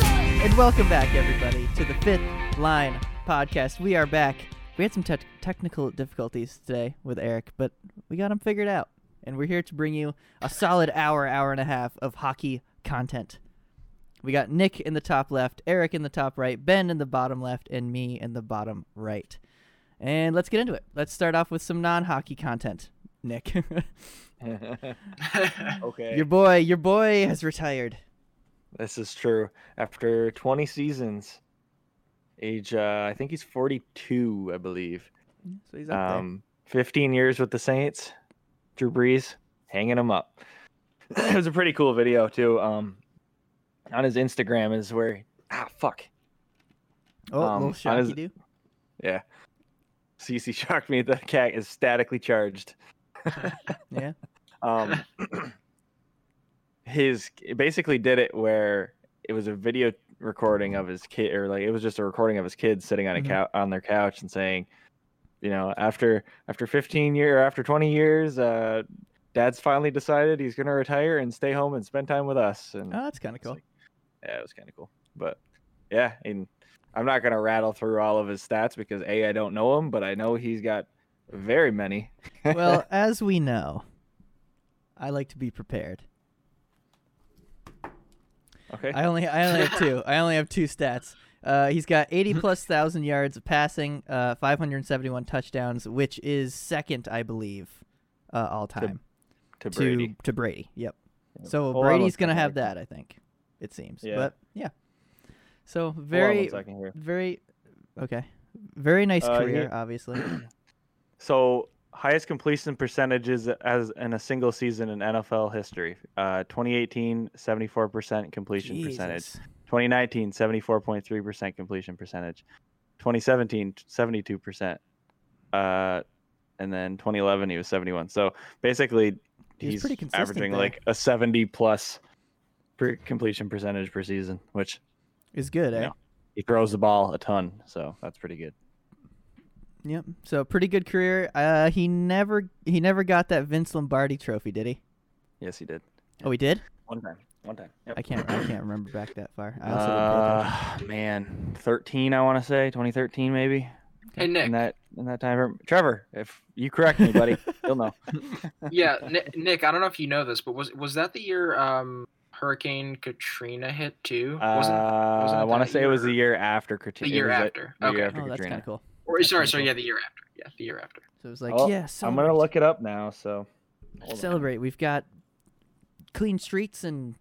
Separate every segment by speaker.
Speaker 1: And welcome back, everybody, to the Fifth Line Podcast. We are back. We had some tech technical difficulties today with Eric, but we got them figured out. And we're here to bring you a solid hour, hour and a half of hockey content. We got Nick in the top left, Eric in the top right, Ben in the bottom left, and me in the bottom right. And let's get into it. Let's start off with some non hockey content, Nick.
Speaker 2: okay.
Speaker 1: your boy, your boy has retired.
Speaker 2: This is true. After 20 seasons, age, uh, I think he's 42, I believe.
Speaker 1: So he's up
Speaker 2: Um, 15 years with the Saints. Drew Brees hanging him up. it was a pretty cool video, too. Um, on his Instagram is where, ah, fuck.
Speaker 1: there. Oh,
Speaker 2: um,
Speaker 1: little
Speaker 2: on his-
Speaker 1: shocky do.
Speaker 2: Yeah. CC shocked me. The cat is statically charged.
Speaker 1: Yeah.
Speaker 2: Um, his basically did it where it was a video recording of his kid, or like it was just a recording of his kids sitting on a
Speaker 1: Mhm.
Speaker 2: couch on their couch and saying, you know, after after 15 year, after 20 years, uh, Dad's finally decided he's gonna retire and stay home and spend time with us. And
Speaker 1: Oh, that's kind of
Speaker 2: it's
Speaker 1: cool.
Speaker 2: like- yeah, it was kind of cool. But yeah, and I'm not gonna rattle through all of his stats because a I don't know him, but I know he's got very many.
Speaker 1: well, as we know, I like to be prepared.
Speaker 2: Okay.
Speaker 1: I only I only have two. I only have two stats. Uh, he's got
Speaker 2: Mm-hmm.
Speaker 1: 80 plus thousand yards of passing, uh, 571 touchdowns, which is second, I believe, uh, all time
Speaker 2: to
Speaker 1: to
Speaker 2: Brady.
Speaker 1: to Brady. Yep. So
Speaker 2: Hold on one
Speaker 1: Brady's gonna
Speaker 2: second
Speaker 1: have
Speaker 2: here.
Speaker 1: that, I think. It seems.
Speaker 2: Yeah.
Speaker 1: But yeah. So
Speaker 2: Hold on one
Speaker 1: very
Speaker 2: second here.
Speaker 1: very okay. Very nice
Speaker 2: Uh,
Speaker 1: career,
Speaker 2: here-
Speaker 1: obviously.
Speaker 2: So highest completion percentages as in a single season in NFL history. Uh, 2018, 74% completion percentage.
Speaker 1: Jesus.
Speaker 2: 2019, 74.3% completion percentage. 2017, 72%. Uh, and then 2011, he was 71. So basically,
Speaker 1: He was
Speaker 2: he's
Speaker 1: pretty consistent
Speaker 2: averaging
Speaker 1: there.
Speaker 2: like a 70 plus per completion percentage per season, which
Speaker 1: Is good, eh?
Speaker 2: Yeah. he throws the ball a ton. So that's pretty good.
Speaker 1: Yep. So pretty good career. Uh, he never he never got that Vince Lombardi trophy, did he?
Speaker 2: Yes, he did.
Speaker 1: Oh, he did.
Speaker 2: One time. One time.
Speaker 1: I can't I can't remember back that far. I also didn't pay attention.
Speaker 2: Uh, man, 13, I want to say 2013, maybe
Speaker 3: Hey Nick,
Speaker 2: in that in that time. frame. Trevor, if you correct me, buddy, you'll know.
Speaker 3: yeah, Ni- Nick. I don't know if you know this, but was was that the year um, Hurricane Katrina hit too? Wasn't
Speaker 2: Uh,
Speaker 3: wasn't
Speaker 2: I
Speaker 3: it
Speaker 2: want
Speaker 3: that
Speaker 2: to say it was the
Speaker 3: year-
Speaker 2: year after Katrina.
Speaker 3: the year after?
Speaker 2: The
Speaker 3: okay.
Speaker 2: year after
Speaker 1: oh, that's kind
Speaker 2: Katrina.
Speaker 1: of cool.
Speaker 3: or
Speaker 1: that's
Speaker 3: sorry,
Speaker 1: kinda
Speaker 3: sorry.
Speaker 1: cool.
Speaker 3: Yeah, the year after. Yeah, the year after.
Speaker 1: So it was like,
Speaker 2: Oh,
Speaker 1: yeah,
Speaker 2: I'm
Speaker 1: celebrate.
Speaker 2: gonna look it up now. So hold on.
Speaker 1: celebrate. We've got clean streets and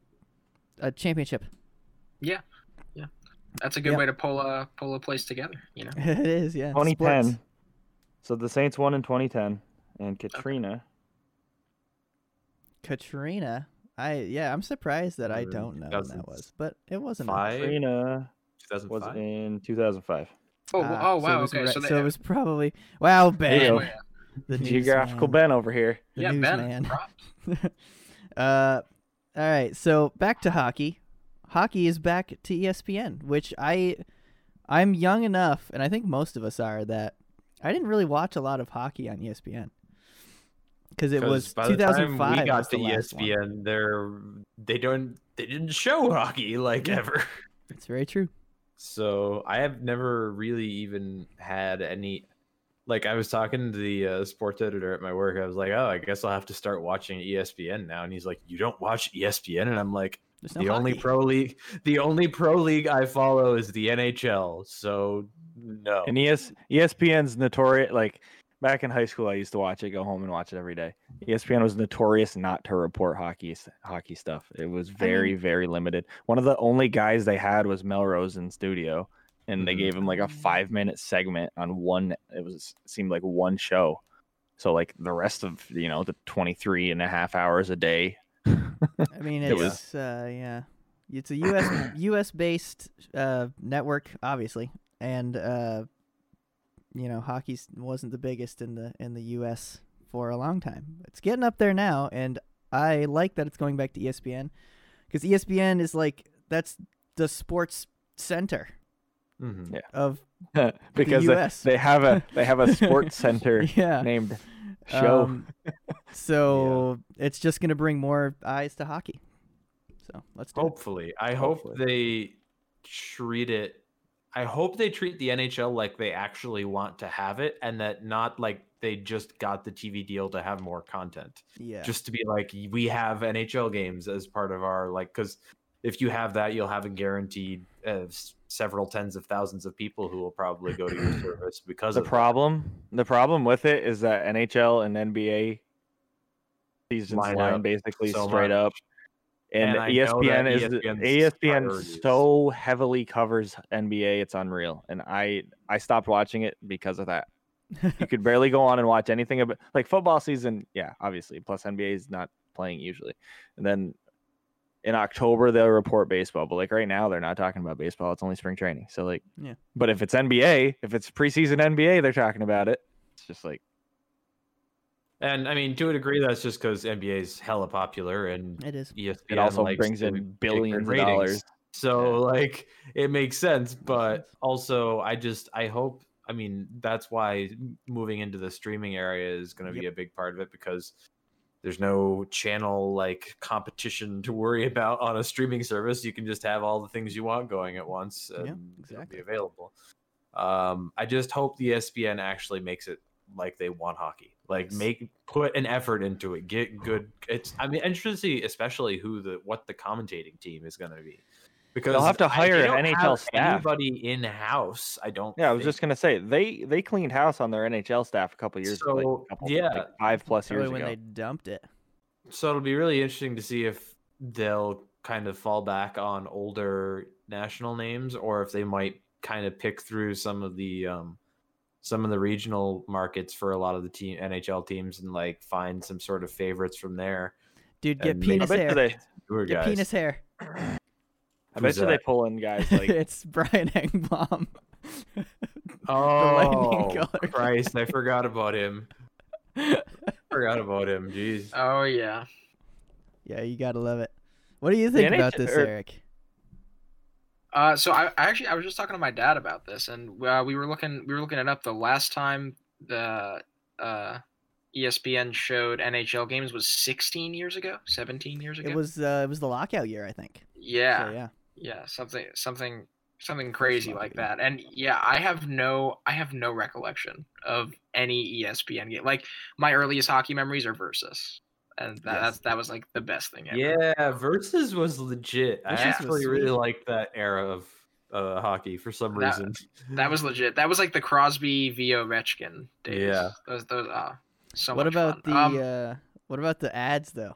Speaker 1: a championship.
Speaker 3: That's a good
Speaker 1: Yeah.
Speaker 3: way to pull a pull a place together. You know.
Speaker 1: it is, yeah.
Speaker 2: 2010.
Speaker 1: sports.
Speaker 2: So the Saints won in 2010, and Katrina.
Speaker 1: Katrina. I yeah, I'm surprised that I
Speaker 4: Mm,
Speaker 1: don't know when that
Speaker 4: 2000s.
Speaker 1: was, but it wasn't.
Speaker 4: Five?
Speaker 2: Katrina was
Speaker 4: 2005.
Speaker 2: in 2005.
Speaker 3: Oh,
Speaker 1: Ah,
Speaker 3: well-
Speaker 1: So it
Speaker 3: oh wow.
Speaker 1: was,
Speaker 3: okay,
Speaker 1: re-
Speaker 3: so, they, Oh,
Speaker 1: it was probably wow,
Speaker 2: Hey,
Speaker 1: Ben,
Speaker 2: yo.
Speaker 3: yeah,
Speaker 1: the
Speaker 2: Geographical
Speaker 1: newsman,
Speaker 2: Ben over here.
Speaker 1: the
Speaker 3: yeah, Ben.
Speaker 1: newsman.
Speaker 3: props.
Speaker 1: uh, all right. So back to hockey. Hockey is back to E ESPN, which I, I'm young enough, and I think most of us are that I didn't really watch a lot of hockey on E ESPN because it
Speaker 4: 'Cause
Speaker 1: was
Speaker 4: by
Speaker 1: 2005.
Speaker 4: The time we
Speaker 1: was
Speaker 4: got
Speaker 1: the
Speaker 4: to E
Speaker 1: last one.
Speaker 4: ESPN. They're they don't they didn't show hockey like ever.
Speaker 1: It's very true.
Speaker 4: So I have never really even had any. Like I was talking to the uh, sports editor at my work. I was like, "Oh, I guess I'll have to start watching E ESPN now." And he's like, "You don't watch E ESPN?" And I'm like,
Speaker 1: There's
Speaker 4: "The
Speaker 1: no
Speaker 4: only
Speaker 1: hockey.
Speaker 4: pro league, the only pro league I follow is the NHL." So no.
Speaker 2: And E ES, ESPN's notorious. Like back in high school, I used to watch it, go home and watch it every day. E ESPN was notorious not to report hockey s- hockey stuff. It was very very limited. One of the only guys they had was Melrose in studio, and they
Speaker 4: Mhm.
Speaker 2: gave him
Speaker 1: Mm.
Speaker 2: like a five minute segment on one. It was seemed like one show. So like the rest of you know the 23 and a half hours a day.
Speaker 1: I mean,
Speaker 2: It
Speaker 1: it's
Speaker 2: was-
Speaker 1: uh, yeah, it's a U.S. U.S. based uh, network, obviously, and uh, you know, hockey wasn't the biggest in the in the U.S. for a long time. It's getting up there now, and I like that it's going back to E ESPN because ESPN is like that's the sports center
Speaker 4: Mhm.
Speaker 1: of
Speaker 2: because
Speaker 1: the
Speaker 2: they,
Speaker 1: US.
Speaker 2: they have a they have a sports center
Speaker 1: yeah
Speaker 2: named show.
Speaker 1: Um, so it's just gonna bring more eyes to hockey. So let's do it.
Speaker 4: Hopefully, I hope they treat it. I hope they treat the NHL like they actually want to have it, and that not like they just got the TV deal to have more content.
Speaker 1: Yeah.
Speaker 4: Just to be like, we have NHL games as part of our like, because if you have that, you'll have a guaranteed uh, s- several tens of thousands of people who will probably go to your service because
Speaker 2: The
Speaker 4: of that.
Speaker 2: problem, the problem with it is that NHL and NBA seasons
Speaker 4: Line
Speaker 2: line,
Speaker 4: up
Speaker 2: basically
Speaker 4: so
Speaker 2: straight
Speaker 4: much.
Speaker 2: up, and, E
Speaker 4: And I know that E
Speaker 2: ESPN is E the-
Speaker 4: ESPN's priorities.
Speaker 2: ESPN so heavily covers NBA, it's unreal. And I I stopped watching it because of that. you could barely go on and watch anything about like football season. Yeah, obviously. Plus NBA is not playing usually, and then in October they'll report baseball. But like right now they're not talking about baseball. It's only spring training. So like
Speaker 1: Yeah.
Speaker 2: But if it's NBA, if it's preseason NBA, they're talking about it. It's just like
Speaker 4: And I mean, to a degree, that's just because NBA is hella popular, and
Speaker 1: it is.
Speaker 4: ESPN
Speaker 2: it also
Speaker 4: likes
Speaker 2: brings
Speaker 4: to
Speaker 2: in
Speaker 4: get good
Speaker 2: billions of
Speaker 4: ratings.
Speaker 2: dollars.
Speaker 4: So like it makes sense, but
Speaker 1: sense.
Speaker 4: also I just I hope I mean that's why moving into the streaming area is going to be a big part of it because there's no channel like competition to worry about on a streaming service. You can just have all the things you want going at once
Speaker 1: Yeah,
Speaker 4: and
Speaker 1: exactly.
Speaker 4: it'll be available. Um, I just hope the ESPN actually makes it like they want hockey. Like
Speaker 1: Yes.
Speaker 4: make put an effort into it. Get good. It's I'm interested to see especially who the what the commentating team is going to be because
Speaker 2: have to
Speaker 4: I- they
Speaker 2: hire
Speaker 4: don't
Speaker 2: NHL
Speaker 4: have
Speaker 2: staff.
Speaker 4: Anybody in house? I don't.
Speaker 2: Yeah, I was
Speaker 4: think.
Speaker 2: just gonna say they they cleaned house on their NHL staff a couple years ago, like,
Speaker 4: So,
Speaker 2: couple-
Speaker 4: yeah.
Speaker 2: like five plus years
Speaker 1: Probably
Speaker 2: ago.
Speaker 1: when they dumped it.
Speaker 4: So it'll be really interesting to see if they'll kind of fall back on older national names or if they might kind of pick through some of the um some of the regional markets for a lot of the team NHL teams and like find some sort of favorites from there.
Speaker 1: Dude, get
Speaker 4: And make-
Speaker 2: I
Speaker 1: penis
Speaker 2: bet you
Speaker 1: hair.
Speaker 2: they,
Speaker 4: Newer
Speaker 1: Get
Speaker 4: guys.
Speaker 1: penis hair.
Speaker 2: I
Speaker 4: Who's
Speaker 2: bet you they
Speaker 4: that?
Speaker 2: pull in guys like
Speaker 1: it's Brian Engbaum. lightning
Speaker 4: Oh
Speaker 1: color.
Speaker 4: Christ, I forgot about him. Forgot about him. Jeez.
Speaker 3: Oh yeah.
Speaker 1: yeah, you gotta love it. What do you think about
Speaker 2: NH
Speaker 1: this,
Speaker 2: or-
Speaker 1: Eric?
Speaker 3: Uh, so I, I actually I was just talking to my dad about this, and uh, we were looking we were looking it up. The last time the uh, ESPN showed NHL games was 16 years ago, 17 years ago.
Speaker 1: It was uh, it was the lockout year, I think.
Speaker 3: yeah,
Speaker 1: So, yeah.
Speaker 3: yeah, something something something crazy
Speaker 1: about
Speaker 3: like
Speaker 1: it, yeah.
Speaker 3: that. And yeah, I have no I have no recollection of any E ESPN game. Like my earliest hockey memories are versus, and that
Speaker 1: Yes.
Speaker 3: that's, that was like the best thing ever.
Speaker 4: Yeah, versus was legit. I
Speaker 1: Versus was
Speaker 4: actually
Speaker 1: sweet.
Speaker 4: really liked that era of uh, hockey for some
Speaker 3: That-
Speaker 4: reason.
Speaker 3: That was legit. That was like the Crosby v Ovechkin days.
Speaker 4: Yeah.
Speaker 3: Those those ah. so
Speaker 1: what
Speaker 3: much
Speaker 1: about
Speaker 3: fun.
Speaker 1: the
Speaker 3: Um,
Speaker 1: uh, what about the ads though?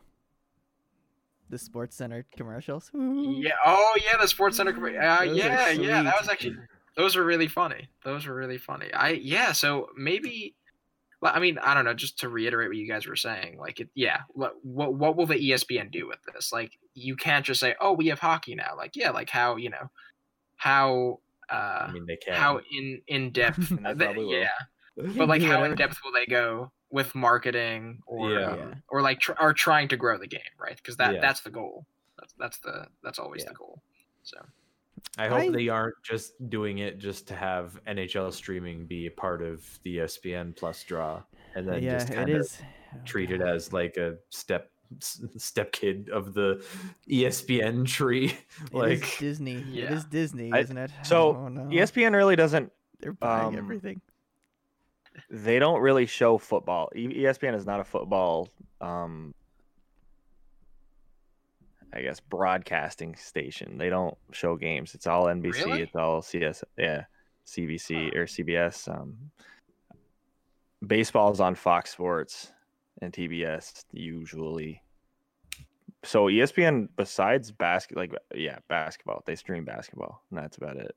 Speaker 1: The Sports Center commercials. Woo-hoo.
Speaker 3: Yeah. Oh, yeah. The Sports Center. commer- Uh,
Speaker 1: Those are
Speaker 3: yeah, yeah. That was
Speaker 1: sweet.
Speaker 3: actually. Those were really funny. Those were really funny. I yeah. So maybe. well, I mean, I don't know. Just to reiterate what you guys were saying, like, it, yeah. What, what what will the E ESPN do with this? Like, you can't just say, "Oh, we have hockey now." Like, yeah. Like how you know, how uh,
Speaker 4: I mean, they can.
Speaker 3: how in in depth.
Speaker 2: And they
Speaker 3: the-
Speaker 2: probably will.
Speaker 3: yeah.
Speaker 1: You
Speaker 3: But like,
Speaker 1: do
Speaker 3: how
Speaker 1: whatever-
Speaker 3: in depth will they go with marketing or
Speaker 4: Yeah.
Speaker 1: Yeah.
Speaker 3: or like tr- are trying to grow the game, right? Because that
Speaker 4: Yeah.
Speaker 3: that's the goal. That's that's the that's always
Speaker 4: Yeah.
Speaker 3: the goal. So
Speaker 4: I hope
Speaker 1: I-
Speaker 4: they aren't just doing it just to have NHL streaming be a part of the E ESPN Plus draw, and then
Speaker 1: yeah,
Speaker 4: just
Speaker 1: it
Speaker 4: kind of
Speaker 1: is.
Speaker 4: treat it as like a step s- step kid of the E ESPN tree.
Speaker 1: It is
Speaker 4: like
Speaker 1: Disney. It
Speaker 3: Yeah.
Speaker 1: is Disney,
Speaker 2: I-
Speaker 1: isn't it?
Speaker 2: so,
Speaker 1: oh, no.
Speaker 2: ESPN really doesn't
Speaker 1: they're buying
Speaker 2: um,
Speaker 1: everything.
Speaker 2: they don't really show football. E- ESPN is not a football um I guess broadcasting station. They don't show games. It's all NBC,
Speaker 3: Really?
Speaker 2: it's all CS yeah, CBC or CBS um baseball's on Fox Sports and TBS usually. So E ESPN besides basket like yeah, basketball. They stream basketball and that's about it.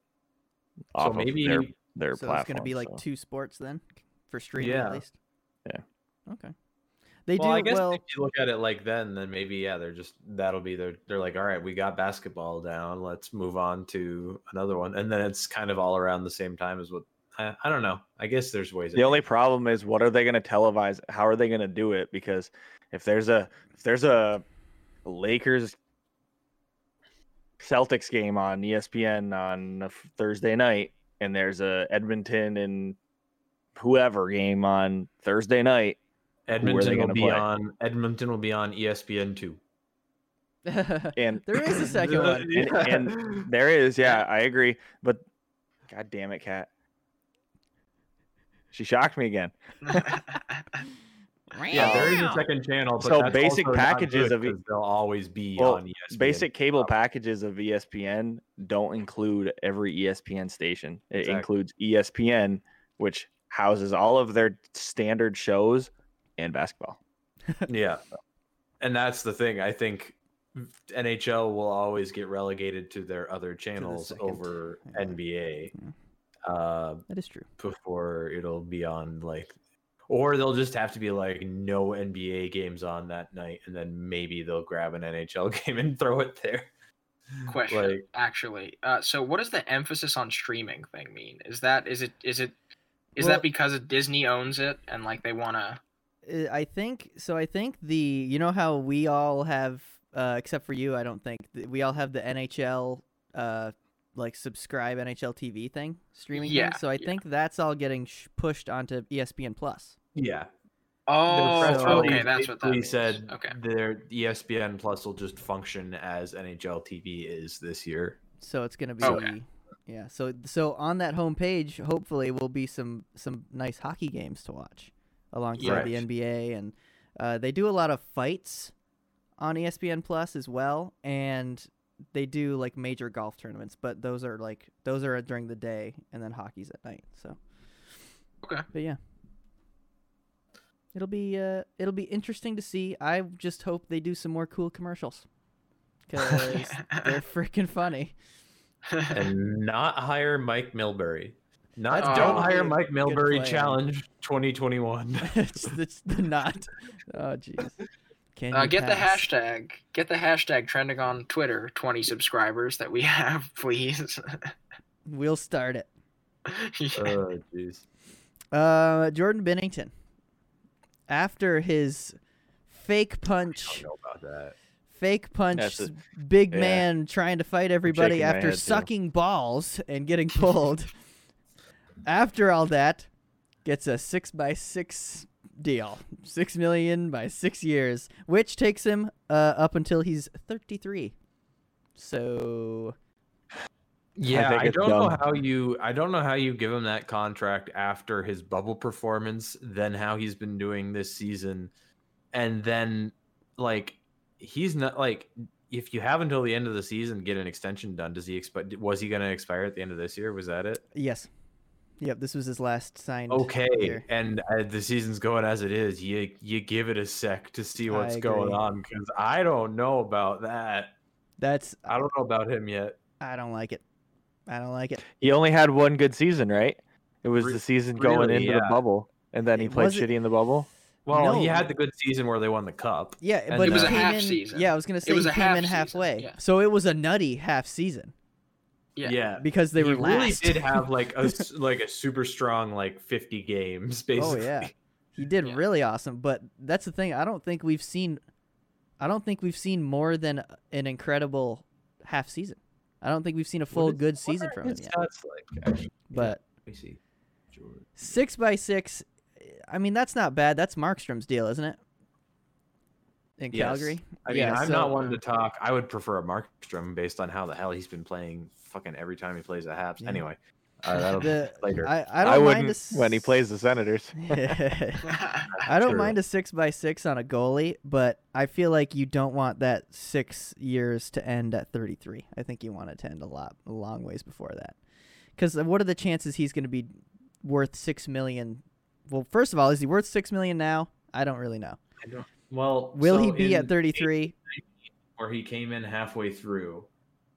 Speaker 4: so
Speaker 2: Off of
Speaker 4: maybe
Speaker 2: their, their
Speaker 1: so
Speaker 2: platform.
Speaker 1: it's gonna be like
Speaker 2: so.
Speaker 1: two sports then for streaming
Speaker 4: Yeah.
Speaker 1: at least.
Speaker 2: Yeah.
Speaker 1: Okay. They
Speaker 4: well,
Speaker 1: do
Speaker 4: I guess
Speaker 1: well.
Speaker 4: if you look at it like then, then maybe yeah, they're just that'll be their. They're like, all right, we got basketball down. Let's move on to another one, and then it's kind of all around the same time as what I, I don't know. I guess there's ways.
Speaker 2: The only problem is what are they going to televise? How are they going to do it? Because if there's a if there's a Lakers Celtics game on E ESPN on a f- Thursday night, and there's a Edmonton and whoever game on Thursday night,
Speaker 4: Edmonton will
Speaker 2: gonna
Speaker 4: be E
Speaker 2: play?
Speaker 4: on Edmonton will be on ESPN two.
Speaker 1: there
Speaker 2: And
Speaker 1: is a second one.
Speaker 2: And- there is, yeah, I agree. But god damn it, Kat. She shocked me again.
Speaker 4: yeah, there is a
Speaker 1: Meow.
Speaker 4: second channel. But
Speaker 2: So
Speaker 4: that's
Speaker 2: basic
Speaker 4: also not
Speaker 2: packages
Speaker 4: good
Speaker 2: of e-
Speaker 4: 'cause they'll always be
Speaker 2: Well,
Speaker 4: on E ESPN.
Speaker 2: Basic cable packages of E ESPN don't include every E ESPN station. It
Speaker 4: Exactly.
Speaker 2: includes E ESPN, which houses all of their standard shows and basketball.
Speaker 4: yeah and that's the thing i think nhl will always get relegated to their other channels
Speaker 1: second.
Speaker 4: over
Speaker 1: Yeah.
Speaker 4: nba
Speaker 1: Yeah.
Speaker 4: uh
Speaker 1: That is true.
Speaker 4: before it'll be on like or they'll just have to be like no nba games on that night and then maybe they'll grab an nhl game and throw it there
Speaker 3: Question
Speaker 4: like
Speaker 3: actually. Uh, so what does the emphasis on streaming thing mean? Is that is it is it is
Speaker 1: Well-
Speaker 3: that because Disney owns it and like they want to?
Speaker 1: Uh, I think so. I think the you know how we all have, uh, except for you, I don't think th- we all have the NHL, uh, like subscribe NHL TV thing streaming.
Speaker 3: Yeah,
Speaker 1: thing. So I
Speaker 3: yeah.
Speaker 1: think that's all getting sh- pushed onto E ESPN Plus.
Speaker 4: yeah
Speaker 3: Oh,
Speaker 1: press
Speaker 3: okay,
Speaker 4: release
Speaker 3: that's what that
Speaker 4: basically
Speaker 3: means.
Speaker 4: said
Speaker 3: okay,
Speaker 4: their E espn plus will just function as nhl tv is this year
Speaker 1: So it's gonna be.
Speaker 3: Oh, Okay.
Speaker 1: Yeah, so so on that homepage, hopefully, will be some some nice hockey games to watch, alongside
Speaker 4: Right.
Speaker 1: the NBA, and uh, they do a lot of fights on E ESPN Plus as well, and they do like major golf tournaments, but those are like those are during the day, and then hockey's at night. So
Speaker 3: Okay.
Speaker 1: but yeah, it'll be uh, it'll be interesting to see. I just hope they do some more cool commercials because they're freaking funny.
Speaker 4: and not hire Mike Milbury. Not
Speaker 3: That's
Speaker 4: don't
Speaker 3: good.
Speaker 4: hire
Speaker 1: Good
Speaker 4: Mike Milbury
Speaker 1: plan.
Speaker 4: challenge 2021.
Speaker 1: it's, it's the not. Oh jeez. Can
Speaker 3: Uh,
Speaker 1: you
Speaker 3: get
Speaker 1: pass?
Speaker 3: the hashtag. Get the hashtag trending on Twitter. Twenty subscribers that we have, please.
Speaker 1: We'll start it.
Speaker 3: Yeah.
Speaker 4: oh jeez.
Speaker 1: Uh, Jordan Bennington, after his fake punch,
Speaker 4: Don't know about that.
Speaker 1: fake punch,
Speaker 2: That's a-
Speaker 1: s- big
Speaker 2: yeah.
Speaker 1: man trying to fight everybody
Speaker 2: shaking my
Speaker 1: after
Speaker 2: head, too.
Speaker 1: sucking balls and getting pulled. after all that, gets a six by six deal, six million by six years, which takes him uh, up until he's thirty three. So
Speaker 4: Yeah,
Speaker 2: think
Speaker 4: I,
Speaker 2: it's
Speaker 4: don't know
Speaker 2: dumb.
Speaker 4: how you I don't know how you give him that contract after his bubble performance, then how he's been doing this season, and then like he's not like if you have until the end of the season to get an extension done, does he expect was he going to expire at the end of this year? Was that it?
Speaker 1: Yes. Yep, this was his last signed.
Speaker 4: okay
Speaker 1: year.
Speaker 4: and uh, the season's going as it is you you give it a sec to see what's
Speaker 1: I
Speaker 4: going
Speaker 1: agree.
Speaker 4: on because i don't know about that
Speaker 1: That's
Speaker 4: i don't know about him yet
Speaker 1: I don't like it. I don't like it.
Speaker 2: He only had one good season, right? It was
Speaker 4: Re-
Speaker 2: the season going
Speaker 4: really,
Speaker 2: into
Speaker 4: yeah.
Speaker 2: the bubble, and then he
Speaker 1: It
Speaker 2: played
Speaker 1: wasn't-
Speaker 2: shitty in the bubble.
Speaker 4: well he
Speaker 1: No.
Speaker 4: had the good season where they won the cup
Speaker 1: Yeah,
Speaker 4: And
Speaker 1: but
Speaker 4: It was
Speaker 1: he
Speaker 4: a
Speaker 1: came
Speaker 3: half
Speaker 1: in,
Speaker 3: season.
Speaker 1: Yeah, I was gonna say
Speaker 3: was
Speaker 1: he
Speaker 3: a
Speaker 1: came
Speaker 3: half
Speaker 1: in
Speaker 3: season,
Speaker 1: halfway.
Speaker 3: yeah.
Speaker 1: So it was a nutty half season
Speaker 3: Yeah.
Speaker 1: because they
Speaker 4: he
Speaker 1: were
Speaker 4: really
Speaker 1: last.
Speaker 4: did have like a s- like a super strong like 50 games
Speaker 1: Oh
Speaker 4: basically
Speaker 1: yeah, he did
Speaker 3: Yeah.
Speaker 1: really awesome. But that's the thing. I don't think we've seen. I don't think we've seen more than an incredible half season. I don't think we've seen a full
Speaker 4: is-
Speaker 1: good
Speaker 4: What
Speaker 1: season
Speaker 4: are
Speaker 1: from him
Speaker 4: his
Speaker 1: yet.
Speaker 4: stats like actually
Speaker 1: But
Speaker 4: let me see Jordan.
Speaker 1: six by six, I mean that's not bad. That's Markstrom's deal, isn't it? In
Speaker 4: Yes.
Speaker 1: Calgary.
Speaker 4: I mean,
Speaker 1: Yeah,
Speaker 4: I'm
Speaker 1: so-
Speaker 4: not one to talk. I would prefer a Markstrom based on how the hell he's been playing fucking every time he plays the Habs.
Speaker 1: Yeah.
Speaker 4: Anyway, uh, that'll
Speaker 1: The-
Speaker 4: later.
Speaker 1: I, I
Speaker 2: I,
Speaker 1: don't
Speaker 2: wouldn't
Speaker 1: mind a
Speaker 2: when he
Speaker 1: s-
Speaker 2: plays the Senators.
Speaker 1: I don't
Speaker 4: True.
Speaker 1: mind a six by six on a goalie, but I feel like you don't want that six years to end at 33. I think you want it to end a lot, a long ways before that. Because what are the chances he's going to be worth six million? Well, first of all, is he worth six million now? I don't really know.
Speaker 4: well,
Speaker 1: Will
Speaker 4: so
Speaker 1: he be
Speaker 4: in
Speaker 1: at 33?
Speaker 4: Where he came in halfway through,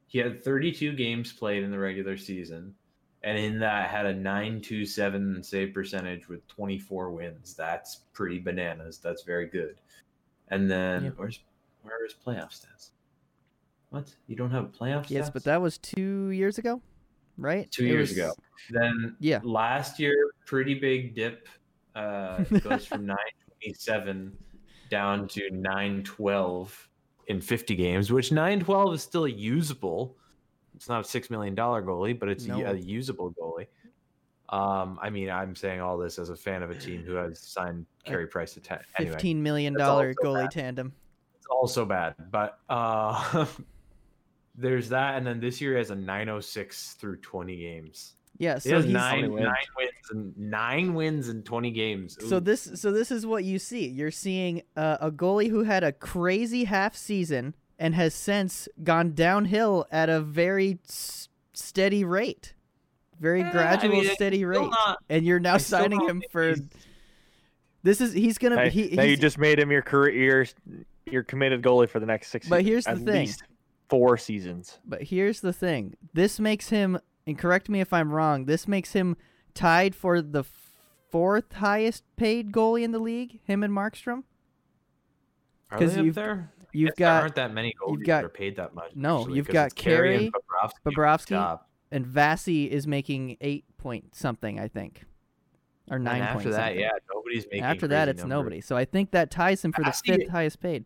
Speaker 4: he had 32 games played in the regular season, and in that had a 927 save percentage with 24 wins. That's pretty bananas. That's very good. And then
Speaker 1: Yeah.
Speaker 4: where's where is playoff stats? What? You don't have playoff stats?
Speaker 1: Yes, but that was two years ago, right?
Speaker 4: Two
Speaker 1: It
Speaker 4: years
Speaker 1: was-
Speaker 4: ago. Then
Speaker 1: Yeah.
Speaker 4: last year pretty big dip uh goes from 927 down to 912 in 50 games which 912 is still usable it's not a six million dollar goalie but it's a-
Speaker 1: No.
Speaker 4: a, usable goalie um i mean i'm saying all this as a fan of a team who has signed Carey price to 10 anyway
Speaker 1: Fifteen million
Speaker 4: that's
Speaker 1: dollar
Speaker 4: also
Speaker 1: goalie
Speaker 4: bad.
Speaker 1: tandem.
Speaker 4: it's also bad. But uh, there's that, and then this year he has a 906 through 20 games.
Speaker 1: Yeah,
Speaker 4: He
Speaker 1: so
Speaker 4: has
Speaker 1: he's,
Speaker 4: nine,
Speaker 2: Twenty wins.
Speaker 4: nine wins and nine wins in 20 games.
Speaker 1: so
Speaker 4: Ooh.
Speaker 1: this so this is what you see. You're seeing uh, a goalie who had a crazy half season and has since gone downhill at a very s- steady rate, very
Speaker 4: Yeah, Eh, I
Speaker 1: gradual,
Speaker 4: mean, it's
Speaker 1: steady
Speaker 4: still
Speaker 1: rate.
Speaker 4: not-
Speaker 1: and you're now
Speaker 4: I still
Speaker 1: signing
Speaker 4: don't
Speaker 1: him
Speaker 4: think
Speaker 1: for
Speaker 4: he's-
Speaker 1: this is he's gonna
Speaker 2: Now,
Speaker 1: be he,
Speaker 2: now you
Speaker 1: he's-
Speaker 2: just made him your career, your committed goalie for the next six.
Speaker 1: But here's the
Speaker 2: at
Speaker 1: thing.
Speaker 2: least four seasons.
Speaker 1: But here's the thing. This makes him, and correct me if I'm wrong, this makes him tied for the fourth highest paid goalie in the league, him and Markstrom.
Speaker 4: Are
Speaker 1: 'cause
Speaker 4: they up
Speaker 1: you've
Speaker 4: there? I
Speaker 1: You've
Speaker 4: guess there
Speaker 1: got
Speaker 4: aren't that many goalies
Speaker 1: got-
Speaker 4: that are paid that much.
Speaker 1: No,
Speaker 4: actually,
Speaker 1: you've
Speaker 4: 'cause
Speaker 1: got
Speaker 4: it's Carey and Bobrovsky.
Speaker 1: Bobrovsky,
Speaker 4: Stop.
Speaker 1: and Vasi is making eight point something, I think. Or
Speaker 4: And
Speaker 1: nine
Speaker 4: after
Speaker 1: point
Speaker 4: that,
Speaker 1: something.
Speaker 4: yeah, nobody's making.
Speaker 1: after that
Speaker 4: crazy
Speaker 1: it's
Speaker 4: numbers.
Speaker 1: nobody. So I think that ties him for the
Speaker 4: Vasi-
Speaker 1: fifth highest paid.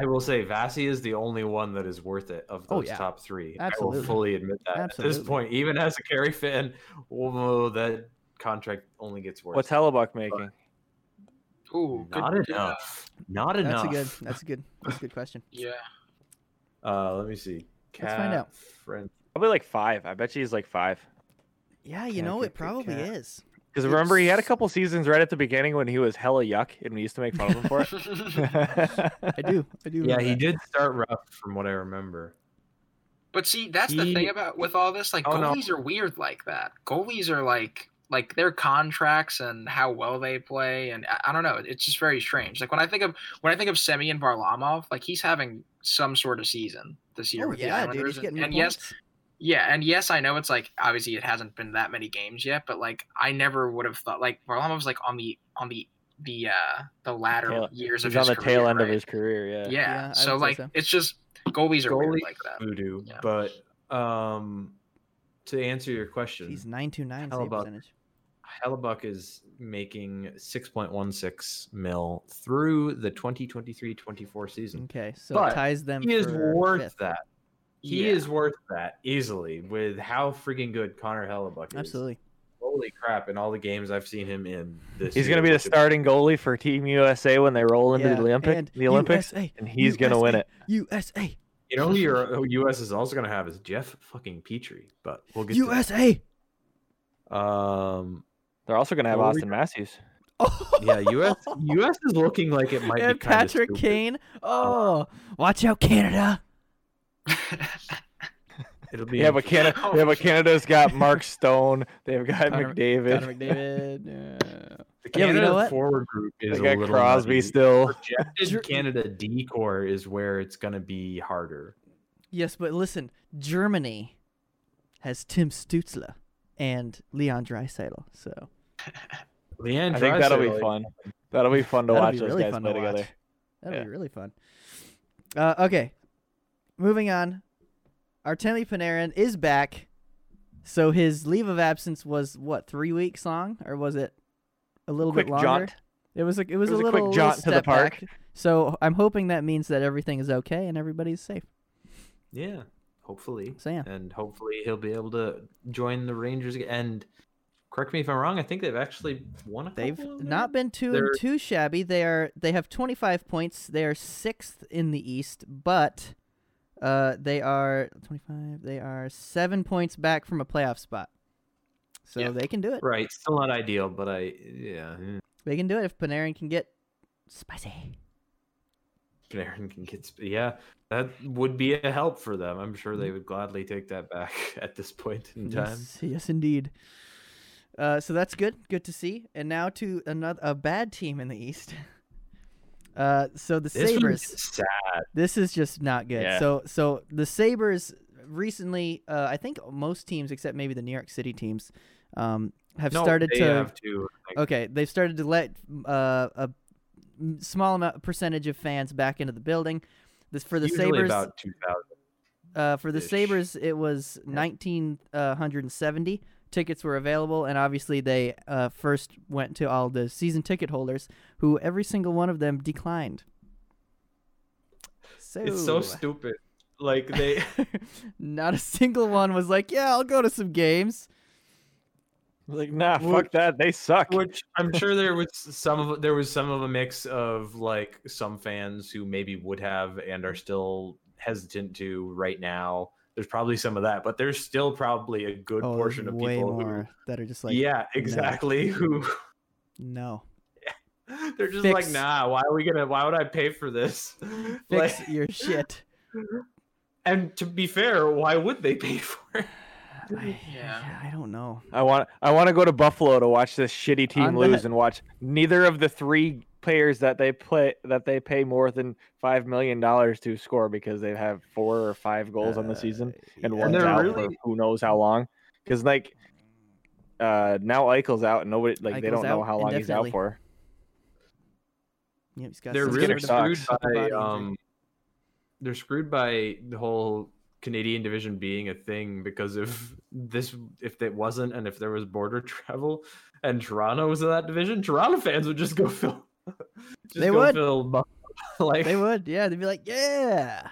Speaker 4: I will say Vasi is the only one that is worth it of
Speaker 1: Oh,
Speaker 4: those
Speaker 1: yeah.
Speaker 4: top three. I
Speaker 1: Absolutely.
Speaker 4: will fully admit that at
Speaker 1: Absolutely.
Speaker 4: this point, even as a Carey fan, whoa, that contract only gets worse.
Speaker 2: What's Hellebuck making?
Speaker 3: Ooh, good-
Speaker 4: Not
Speaker 3: good, uh,
Speaker 4: enough. Not
Speaker 1: That's
Speaker 4: enough.
Speaker 1: a good that's a good that's a good question.
Speaker 3: Yeah.
Speaker 4: Uh, let me see.
Speaker 1: Let's find
Speaker 4: Cat
Speaker 1: out.
Speaker 4: Friend.
Speaker 2: Probably like five. I bet you he's like five.
Speaker 1: Yeah, you
Speaker 4: Can't
Speaker 1: know
Speaker 4: pick
Speaker 1: it
Speaker 4: the
Speaker 1: probably
Speaker 4: cat.
Speaker 1: is.
Speaker 2: Because remember, he had a couple seasons right at the beginning when he was hella yuck, and we used to make fun of him for it.
Speaker 1: I do. I do.
Speaker 4: Yeah,
Speaker 1: remember
Speaker 4: he
Speaker 1: that.
Speaker 4: did start rough from what I remember.
Speaker 3: But see, that's the
Speaker 2: He-
Speaker 3: thing about with all this. Like
Speaker 4: Oh, no.
Speaker 3: goalies are weird like that. Goalies are like like their contracts and how well they play, and I, I don't know. It's just very strange. Like when I think of when I think of Semyon Varlamov, like he's having some sort of season this year
Speaker 1: Oh
Speaker 3: with the
Speaker 1: yeah, dude,
Speaker 3: Islanders.
Speaker 1: he's
Speaker 3: and-
Speaker 1: getting
Speaker 3: and yes,
Speaker 1: points.
Speaker 3: yeah, and yes, I know it's like obviously it hasn't been that many games yet, but like I never would have thought like Varlamov's like on the on the the uh the latter
Speaker 2: Tail-
Speaker 3: years of
Speaker 2: he's
Speaker 3: his
Speaker 2: on the
Speaker 3: career,
Speaker 2: tail end of
Speaker 3: right?
Speaker 2: his career.
Speaker 3: Yeah,
Speaker 2: Yeah.
Speaker 1: Yeah, I
Speaker 3: so
Speaker 1: would say
Speaker 3: like
Speaker 1: so.
Speaker 3: it's just goalies are weird
Speaker 4: Goalies-
Speaker 3: like that.
Speaker 1: Oh,
Speaker 4: Voodoo.
Speaker 3: Yeah.
Speaker 4: But um, to answer your question,
Speaker 1: He's nine two nine save
Speaker 4: Hellebuck.
Speaker 1: percentage.
Speaker 4: Hellebuck is making 6.16 mil through the 2023-24 season.
Speaker 1: Okay, so it
Speaker 4: But
Speaker 1: ties them.
Speaker 4: He is
Speaker 1: for
Speaker 4: worth
Speaker 1: fifth.
Speaker 4: that. He
Speaker 3: Yeah.
Speaker 4: is worth that easily with how freaking good Connor Hellebuck is.
Speaker 1: Absolutely.
Speaker 4: Holy crap! In all the games I've seen him in this,
Speaker 2: He's
Speaker 4: year,
Speaker 2: gonna be the
Speaker 4: which is-
Speaker 2: starting goalie for Team USA when they roll into
Speaker 1: Yeah,
Speaker 2: the Olympic,
Speaker 1: and
Speaker 2: the Olympics,
Speaker 1: USA,
Speaker 2: and he's gonna win it.
Speaker 1: USA,
Speaker 4: You know, who your who U.S. is also gonna have is Jeff fucking Petrie. But we'll get to
Speaker 1: USA.
Speaker 4: that. Um,
Speaker 2: They're also gonna have
Speaker 4: Goalie-
Speaker 2: Austin Matthews.
Speaker 1: Oh.
Speaker 4: yeah, U.S. U.S. is looking like it might
Speaker 1: and
Speaker 4: be kinda
Speaker 1: Patrick
Speaker 4: stupid. Uh,
Speaker 1: Kane. Oh, watch out, Canada.
Speaker 4: It'll be
Speaker 2: Yeah, but Canada, yeah, but Canada's got Mark Stone. They've got
Speaker 1: Connor-
Speaker 2: McDavid.
Speaker 1: Connor McDavid. uh,
Speaker 4: The
Speaker 1: Yeah, but you
Speaker 4: Canada
Speaker 1: know what?
Speaker 4: forward group is
Speaker 2: They
Speaker 4: a
Speaker 2: got
Speaker 4: little
Speaker 2: Crosby
Speaker 4: nutty.
Speaker 2: still.
Speaker 4: Projected
Speaker 1: Jer-
Speaker 4: Canada D core is where it's gonna be harder.
Speaker 1: yes, but listen, Germany has Tim Stutzla and Leon Dreisaitl. So
Speaker 4: Leanne,
Speaker 2: I think that'll be
Speaker 4: Draisaitl,
Speaker 2: fun. That'll be fun to
Speaker 1: That'll
Speaker 2: watch
Speaker 1: be
Speaker 2: those
Speaker 1: really
Speaker 2: guys
Speaker 1: fun
Speaker 2: play
Speaker 1: to watch.
Speaker 2: together.
Speaker 1: that'll
Speaker 2: Yeah.
Speaker 1: be really fun. Uh, okay, moving on. Artemi Panarin is back. So his leave of absence was what three weeks long, or was it a little
Speaker 2: Quick
Speaker 1: bit longer?
Speaker 2: jaunt.
Speaker 1: It was a it was,
Speaker 2: was
Speaker 1: a
Speaker 2: a
Speaker 1: little
Speaker 2: quick jaunt to
Speaker 1: little
Speaker 2: the
Speaker 1: step
Speaker 2: park.
Speaker 1: back. So I'm hoping that means that everything is okay and everybody's safe.
Speaker 4: Yeah, hopefully.
Speaker 1: So yeah,
Speaker 4: And hopefully he'll be able to join the Rangers. ag- And correct me if I'm wrong. I think they've actually won a.
Speaker 1: they've
Speaker 4: couple of
Speaker 1: not
Speaker 4: them.
Speaker 1: been too
Speaker 4: They're-
Speaker 1: too shabby. They are they have 25 points. They are sixth in the East, but uh, they are 25. They are seven points back from a playoff spot. So
Speaker 3: Yeah.
Speaker 1: they can do it.
Speaker 4: Right, still not ideal, but I yeah, mm,
Speaker 1: They can do it if Panarin can get spicy.
Speaker 4: Panarin can get sp- yeah. That would be a help for them. I'm sure they would gladly take that back at this point in time.
Speaker 1: Yes, yes, indeed. Uh, so that's good. Good to see. And now to another a bad team in the East. Uh, so the
Speaker 4: This one's
Speaker 1: Sabers.
Speaker 4: sad.
Speaker 1: This is just not good.
Speaker 2: Yeah.
Speaker 1: So so the Sabers recently, uh, I think most teams except maybe the New York City teams, um, have
Speaker 4: No,
Speaker 1: started
Speaker 4: they
Speaker 1: to. oh,
Speaker 4: have to. like,
Speaker 1: Okay, they've started to let uh, a m- small amount percentage of fans back into the building. This for the
Speaker 4: usually
Speaker 1: Sabers.
Speaker 4: about 2000.
Speaker 1: Uh, for the
Speaker 4: ish.
Speaker 1: Sabres, it was uh, 1970. Tickets were available, and obviously they uh, first went to all the season ticket holders, who every single one of them declined. So,
Speaker 4: It's so stupid. Like they
Speaker 1: not a single one was like, "Yeah, I'll go to some games."
Speaker 2: Like, nah,
Speaker 4: Which-
Speaker 2: fuck that. They suck.
Speaker 4: Which I'm sure there was some of there was some of a mix of like some fans who maybe would have and are still hesitant to right now. There's probably some of that, but there's still probably a good
Speaker 1: oh, there's
Speaker 4: portion of
Speaker 1: way
Speaker 4: people
Speaker 1: more
Speaker 4: who
Speaker 1: that are just like,
Speaker 4: yeah, exactly. Who
Speaker 1: no,
Speaker 4: they're just like,
Speaker 1: Fix-
Speaker 4: nah, why are we gonna why would I pay for this? Like,
Speaker 1: fix your shit.
Speaker 4: and to be fair, why would they pay for it?
Speaker 1: I,
Speaker 3: Yeah.
Speaker 1: I don't know.
Speaker 2: I want I want to go to Buffalo to watch this shitty team
Speaker 1: On the-
Speaker 2: lose and watch neither of the three players that they play that they pay more than five million dollars to score because they have four or five goals on the season and
Speaker 1: Uh, yeah.
Speaker 2: one's
Speaker 4: they're
Speaker 2: out for
Speaker 4: really-
Speaker 2: who knows how long. Because like uh now Eichel's out and nobody like they
Speaker 1: Eichel's
Speaker 2: don't know
Speaker 1: out
Speaker 2: how long he's out
Speaker 1: indefinitely.
Speaker 2: for.
Speaker 1: Yeah, he's got
Speaker 4: they're
Speaker 1: some
Speaker 4: really
Speaker 1: sort of
Speaker 2: Skinner
Speaker 4: screwed
Speaker 2: sucks.
Speaker 1: upper
Speaker 4: by
Speaker 1: body injury.
Speaker 4: um, they're screwed by the whole Canadian division being a thing because if this if it wasn't and if there was border travel and Toronto was in that division, Toronto fans would just go fill. just
Speaker 1: They
Speaker 4: go
Speaker 1: would.
Speaker 4: fill bu- like
Speaker 1: They would, yeah. They'd be like, yeah.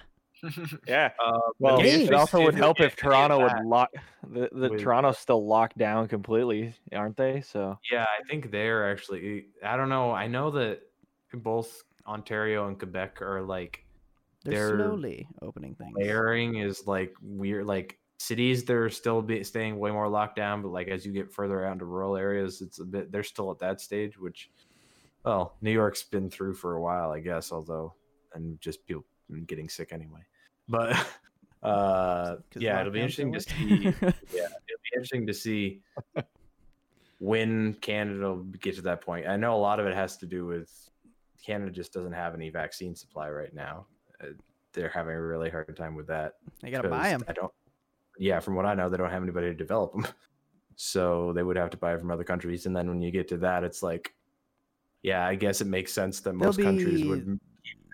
Speaker 2: Yeah.
Speaker 4: uh,
Speaker 2: Well,
Speaker 1: Games.
Speaker 2: it also would
Speaker 4: If-
Speaker 2: help if
Speaker 4: if any of
Speaker 2: Toronto would
Speaker 4: that
Speaker 2: lock the, the
Speaker 4: would-
Speaker 2: Toronto's still locked down completely, aren't they? So
Speaker 4: Yeah, I think they're actually. I don't know. I know that both Ontario and Quebec are like
Speaker 1: They're,
Speaker 4: They're-
Speaker 1: slowly opening things.
Speaker 4: layering is like weird like cities they're still be, staying way more locked down but like as you get further out into rural areas it's a bit they're still at that stage which well new york's been through for a while i guess although and just people been getting sick anyway but uh
Speaker 1: 'Cause
Speaker 4: yeah it'll be
Speaker 1: lockdowns
Speaker 4: interesting
Speaker 1: don't
Speaker 4: to
Speaker 1: work.
Speaker 4: see it'll be interesting to see when Canada will get to that point. I know a lot of it has to do with Canada just doesn't have any vaccine supply right now. Uh, they're having a really hard time with that.
Speaker 1: they gotta buy
Speaker 4: 'cause
Speaker 1: them.
Speaker 4: I don't. Yeah, from what I know, they don't have anybody to develop them, so they would have to buy it from other countries. And then when you get to that, it's like, yeah, I guess it makes sense that
Speaker 1: They'll
Speaker 4: most countries would.
Speaker 1: be-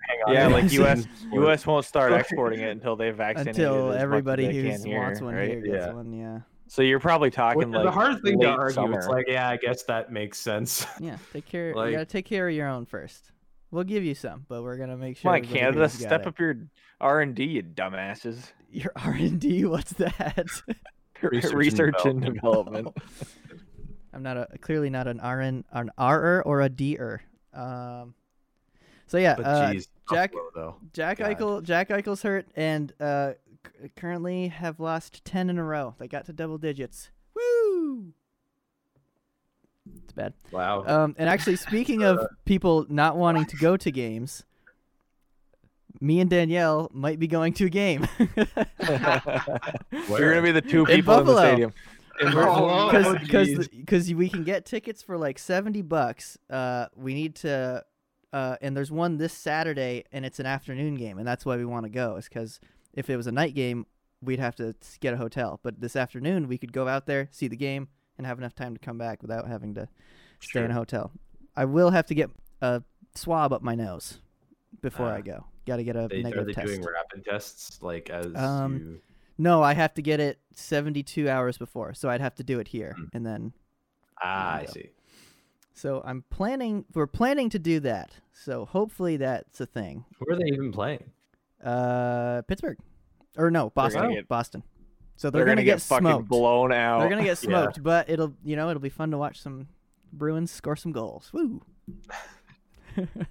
Speaker 4: hang on
Speaker 2: Yeah,
Speaker 4: to
Speaker 2: like
Speaker 4: vaccines
Speaker 2: US
Speaker 4: for-
Speaker 2: US won't start exporting it until they've vaccinated it as
Speaker 1: Until
Speaker 2: much as
Speaker 1: everybody
Speaker 2: they
Speaker 1: who
Speaker 2: can
Speaker 1: wants
Speaker 2: here,
Speaker 1: one
Speaker 2: right?
Speaker 1: here gets
Speaker 4: Yeah.
Speaker 1: one. Yeah,
Speaker 2: So you're probably talking
Speaker 4: Which is
Speaker 2: like
Speaker 4: a hard thing
Speaker 2: late
Speaker 4: to argue. It's
Speaker 2: summer.
Speaker 4: like, yeah, I guess that makes sense.
Speaker 1: yeah. Take care.
Speaker 4: Like-
Speaker 1: you gotta take care of your own first. We'll give you some, but we're gonna make sure.
Speaker 2: Come on,
Speaker 1: everybody
Speaker 2: Canada,
Speaker 1: has got
Speaker 2: step
Speaker 1: it.
Speaker 2: up your R and D, you dumbasses.
Speaker 1: your R and D. What's that?
Speaker 4: Research and
Speaker 2: Research and
Speaker 4: Oh,
Speaker 2: development.
Speaker 1: I'm not a clearly not an RN, an R or a D-er. Um, so yeah, uh,
Speaker 4: But geez,
Speaker 1: Jack-
Speaker 4: Buffalo, though.
Speaker 1: Jack
Speaker 4: God.
Speaker 1: Eichel. Jack Eichel's hurt, and uh, c- currently have lost ten in a row. They got to double digits. Woo! It's bad.
Speaker 4: Wow.
Speaker 1: Um, and actually, speaking of people not wanting to go to games, me and Danielle might be going to a game.
Speaker 2: You're gonna be the two
Speaker 1: In
Speaker 2: people in, the
Speaker 1: Buffalo.
Speaker 2: stadium.
Speaker 4: Buffalo. Oh,
Speaker 1: because
Speaker 4: geez.
Speaker 1: because we can get tickets for like 70 bucks uh we need to uh and there's one this saturday and it's an afternoon game and that's why we want to go is because if it was a night game we'd have to s- get a hotel but this afternoon we could go out there see the game and have enough time to come back without having to stay in a
Speaker 4: Sure.
Speaker 1: hotel i will have to get a swab up my nose before i
Speaker 4: Ah.
Speaker 1: go gotta get a
Speaker 4: they, are
Speaker 1: negative
Speaker 4: they
Speaker 1: test
Speaker 4: doing rapid tests like as
Speaker 1: Um,
Speaker 4: you
Speaker 1: no i have to get it 72 hours before so i'd have to do it here
Speaker 4: Hmm.
Speaker 1: and then
Speaker 4: ah i
Speaker 1: window.
Speaker 4: see
Speaker 1: So I'm planning. We're planning to do that. So hopefully that's a thing.
Speaker 4: who are they even playing
Speaker 1: Uh, Pittsburgh, or no, Boston,
Speaker 2: gonna get-
Speaker 1: Boston. So
Speaker 2: They're,
Speaker 1: they're,
Speaker 2: gonna, get, fucking
Speaker 1: smoked.
Speaker 2: blown out.
Speaker 1: They're gonna get
Speaker 4: Yeah.
Speaker 1: smoked, but it'll you know it'll be fun to watch some Bruins score some goals. Woo!
Speaker 2: hopefully,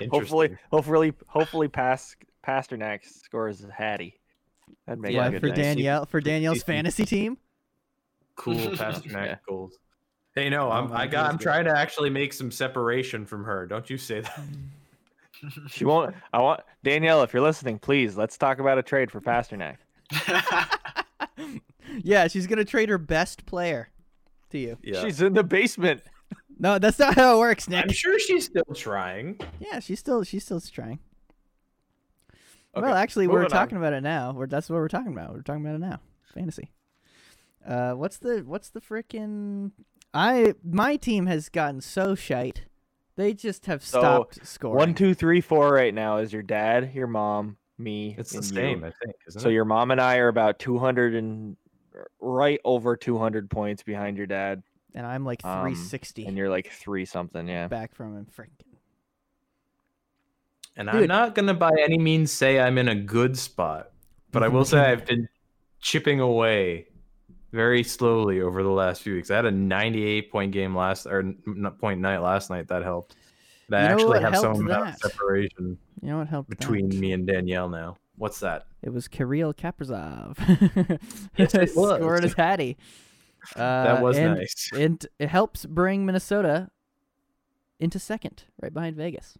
Speaker 4: Interesting.
Speaker 2: hopefully, hopefully, Pas- Pasternak scores Hattie. That'd make
Speaker 4: Yeah,
Speaker 2: it
Speaker 1: Why
Speaker 2: a
Speaker 1: for
Speaker 2: good night.
Speaker 1: Danielle for Danielle's fantasy team?
Speaker 4: cool Pasternak
Speaker 2: Yeah.
Speaker 4: goals hey no
Speaker 1: Oh
Speaker 4: i'm
Speaker 1: my
Speaker 4: i got i'm
Speaker 1: goodness.
Speaker 4: trying to actually make some separation from her don't you say that
Speaker 2: She won't. I want Danielle. If you're listening, please let's talk about a trade for Pasternak.
Speaker 1: yeah, she's gonna trade her best player to you.
Speaker 4: yeah
Speaker 2: She's in the basement.
Speaker 1: No, that's not how it works, Nick.
Speaker 4: i'm sure she's still trying
Speaker 1: Yeah, she's still she's still trying.
Speaker 4: Okay,
Speaker 1: Well, actually, we're
Speaker 4: moving on.
Speaker 1: talking about it now. We're, that's what we're talking about. We're talking about it now. Fantasy. Uh, what's the what's the frickin' I my team has gotten so shite. They just have
Speaker 2: So,
Speaker 1: stopped scoring.
Speaker 2: One, two, three, four right now is your dad, your mom, me.
Speaker 4: it's the
Speaker 2: and you.
Speaker 4: same i think isn't
Speaker 2: So
Speaker 4: it
Speaker 2: your mom and I are about 200 and right over 200 points behind your dad,
Speaker 1: and I'm like
Speaker 2: um,
Speaker 1: 360
Speaker 2: and you're like three something. Yeah.
Speaker 1: back from him. Frickin'
Speaker 4: and
Speaker 1: dude.
Speaker 4: i'm not gonna by any means say i'm in a good spot but i will say i've been chipping away very slowly over the last few weeks. I had a 98 point game last or n- n- point night last night. That helped. But I
Speaker 1: You know
Speaker 4: actually
Speaker 1: what
Speaker 4: have
Speaker 1: helped
Speaker 4: some amount of
Speaker 1: that?
Speaker 4: separation
Speaker 1: You know what helped that?
Speaker 4: between me and Danielle now. What's that?
Speaker 1: It was Kirill Kaprizov.
Speaker 4: Yes, it was.
Speaker 1: Scored his hattie. Uh,
Speaker 4: that was
Speaker 1: and,
Speaker 4: nice.
Speaker 1: And it helps bring Minnesota into second, right behind Vegas.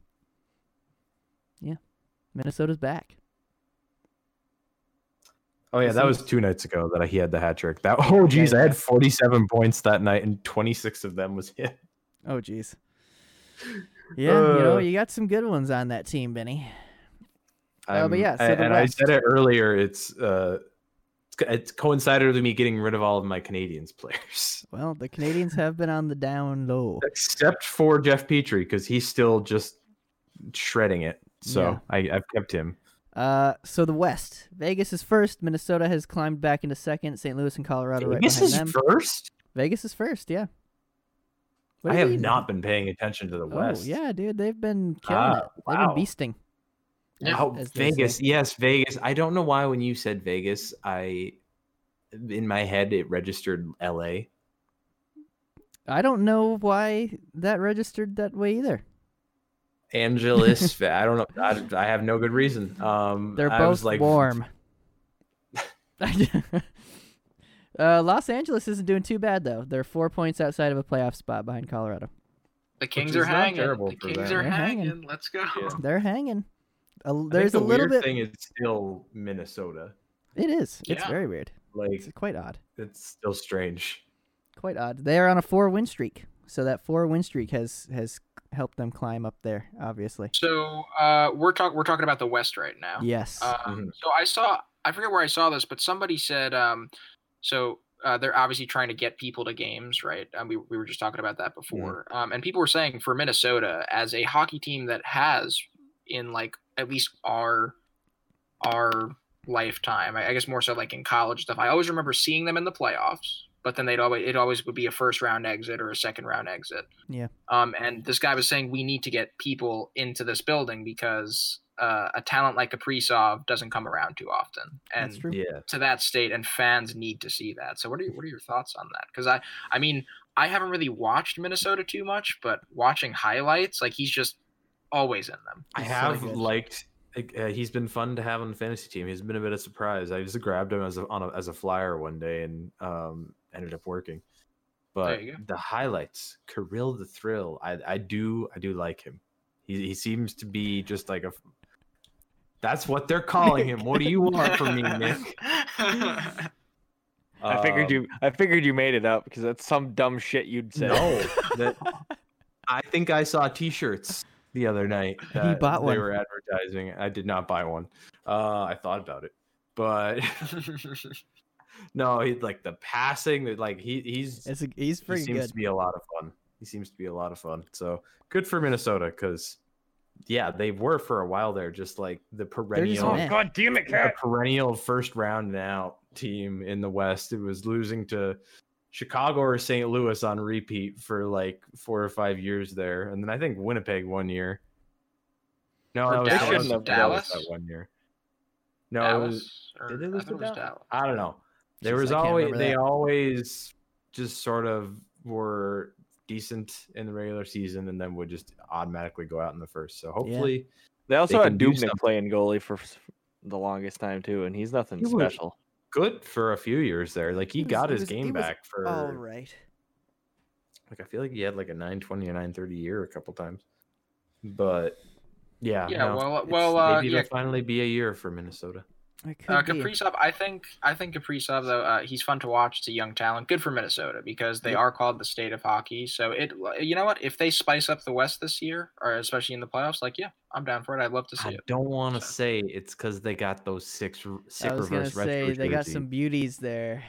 Speaker 1: Yeah, Minnesota's back.
Speaker 4: Oh yeah, that was two nights ago that he had the hat trick. That oh geez, I had 47 points that night, and 26 of them was him.
Speaker 1: Oh, jeez. Yeah, you know
Speaker 4: Uh.
Speaker 1: you got some good ones on that team, Benny. Oh,
Speaker 4: Oh,
Speaker 1: but yeah, so the
Speaker 4: and I
Speaker 1: West.
Speaker 4: said it earlier. It's uh, it's, co- it's coincided with me getting rid of all of my Canadians players,
Speaker 1: Well, the Canadians have been on the down low.
Speaker 4: except for Jeff Petrie because he's still just shredding it. So
Speaker 1: Yeah.
Speaker 4: I, I've kept him.
Speaker 1: Uh, so the West, Vegas is first. Minnesota has climbed back into second. St. Louis and Colorado right
Speaker 4: Vegas
Speaker 1: behind
Speaker 4: is
Speaker 1: them.
Speaker 4: first.
Speaker 1: Vegas is first. Yeah. What
Speaker 4: I
Speaker 1: do you
Speaker 4: have
Speaker 1: mean?
Speaker 4: not been paying attention to the
Speaker 1: Oh
Speaker 4: West.
Speaker 1: yeah, dude, they've been killing
Speaker 4: Ah,
Speaker 1: it. They've been
Speaker 4: wow.
Speaker 1: beasting.
Speaker 3: Yeah.
Speaker 1: as-
Speaker 4: Oh,
Speaker 1: as they say.
Speaker 4: Vegas. Yes, Vegas. I don't know why when you said Vegas, I in my head it registered L.A.
Speaker 1: I don't know why that registered that way either.
Speaker 4: Angeles. I don't know. I, I have no good reason. Um,
Speaker 1: They're
Speaker 4: I was
Speaker 1: both
Speaker 4: like,
Speaker 1: warm. uh, Los Angeles isn't doing too bad though. They're four points outside of a playoff spot behind Colorado.
Speaker 3: The Kings
Speaker 4: is
Speaker 3: are
Speaker 4: not
Speaker 3: hanging.
Speaker 4: terrible
Speaker 3: The
Speaker 4: for
Speaker 3: Kings
Speaker 4: them.
Speaker 3: are
Speaker 1: They're
Speaker 3: hanging.
Speaker 1: hanging.
Speaker 3: Let's go.
Speaker 4: Yeah.
Speaker 1: They're hanging. A l-
Speaker 4: I think
Speaker 1: there's a
Speaker 4: the
Speaker 1: little
Speaker 4: weird
Speaker 1: bit.
Speaker 4: thing is still Minnesota.
Speaker 1: It is. It's
Speaker 3: Yeah.
Speaker 1: very weird.
Speaker 4: Like
Speaker 1: It's quite odd.
Speaker 4: it's still strange.
Speaker 1: Quite odd. They are on a four win streak. So that four win streak has has helped them climb up there. Obviously.
Speaker 3: So uh, we're talking we're talking about the West right now.
Speaker 1: Yes.
Speaker 3: Um,
Speaker 4: Mhm.
Speaker 3: So I saw I forget where I saw this, but somebody said um, so uh, they're obviously trying to get people to games, right? Um, we we were just talking about
Speaker 4: Mm-hmm.
Speaker 3: that before, um, and people were saying for Minnesota as a hockey team that has in like at least our our lifetime, I, I guess more so like in college stuff. I always remember seeing them in the playoffs, but then they'd always it always would be a first round exit or a second round exit.
Speaker 1: Yeah.
Speaker 3: Um, and this guy was saying we need to get people into this building because uh, a talent like Kaprizov doesn't come around too often, and
Speaker 1: That's true.
Speaker 4: Yeah.
Speaker 3: to that state, and fans need to see that. So, what are your, what are your thoughts on that? Because I I mean I haven't really watched Minnesota too much, but watching highlights, like he's just always in them.
Speaker 4: I
Speaker 1: He's so
Speaker 4: have
Speaker 1: good.
Speaker 4: liked. Uh, he's been fun to have on the fantasy team. He's been a bit of a surprise. I just grabbed him as a, on a, as a flyer one day and um, ended up working. But
Speaker 3: you go.
Speaker 4: the highlights, Kirill the Thrill, I, I do I do like him. He, he seems to be just like a. That's what they're calling him. What do you want from me, Nick?
Speaker 2: I figured
Speaker 4: Um,
Speaker 2: you. I figured you made it up because that's some dumb shit you'd say.
Speaker 4: No, that, I think I saw T-shirts the other night. that
Speaker 1: bought
Speaker 4: they
Speaker 1: one.
Speaker 4: were advertising. I did not buy one. Uh, I thought about it, but no, he like the passing. that, Like he he's
Speaker 1: It's a, he's
Speaker 4: he
Speaker 1: pretty
Speaker 4: seems
Speaker 1: good.
Speaker 4: to be a lot of fun. He seems to be a lot of fun. So good for Minnesota because yeah, they were for a while there, just like the perennial.
Speaker 1: mad.
Speaker 2: Oh, God damn it,
Speaker 4: a
Speaker 2: cat!
Speaker 4: perennial first round and out team in the West. It was losing to Chicago or St. Louis on repeat for like four or five years there, and then I think Winnipeg one year. No,
Speaker 3: Or
Speaker 4: that
Speaker 2: Dallas?
Speaker 4: was that
Speaker 2: They shouldn't
Speaker 4: was
Speaker 2: have
Speaker 4: Dallas
Speaker 3: Dallas?
Speaker 4: that one year. No, it was
Speaker 3: Dallas, or,
Speaker 4: did they
Speaker 3: I
Speaker 4: lose
Speaker 3: thought
Speaker 4: to
Speaker 3: it was
Speaker 4: Dallas?
Speaker 3: Dallas.
Speaker 4: I don't know. There
Speaker 1: Jeez,
Speaker 4: was
Speaker 1: I can't
Speaker 4: always
Speaker 1: remember
Speaker 4: they
Speaker 1: that.
Speaker 4: always just sort of were decent in the regular season, and then would just automatically go out in the first. So hopefully,
Speaker 2: They also
Speaker 4: They
Speaker 2: had
Speaker 4: can do
Speaker 2: Dubnik
Speaker 4: something.
Speaker 2: playing goalie for s- the longest time too, and he's nothing
Speaker 4: He was-
Speaker 2: special.
Speaker 4: good for a few years there. Like he,
Speaker 1: He was-
Speaker 4: got
Speaker 1: he
Speaker 4: his
Speaker 1: was- he
Speaker 4: game
Speaker 1: was
Speaker 4: back for
Speaker 1: All right.
Speaker 4: like I feel like he had like a 920 or 930 year a couple times. But yeah,
Speaker 3: Yeah,
Speaker 4: no,
Speaker 3: well,
Speaker 4: it's-
Speaker 3: well, uh,
Speaker 4: maybe
Speaker 3: yeah.
Speaker 4: it'll finally be a year for Minnesota.
Speaker 1: It could
Speaker 3: Uh,
Speaker 1: be.
Speaker 3: Kaprizov, I think I think Kaprizov though uh, he's fun to watch. It's a young talent, good for Minnesota because they are called the state of hockey. So it, you know what, if they spice up the West this year, or especially in the playoffs, like yeah, I'm down for it. I'd love to see
Speaker 4: I
Speaker 3: it.
Speaker 4: don't want to
Speaker 3: So-
Speaker 4: say it's because they got those six r- sick
Speaker 1: I was gonna
Speaker 4: reverse retro
Speaker 1: say they got
Speaker 4: jerseys,
Speaker 1: some beauties there.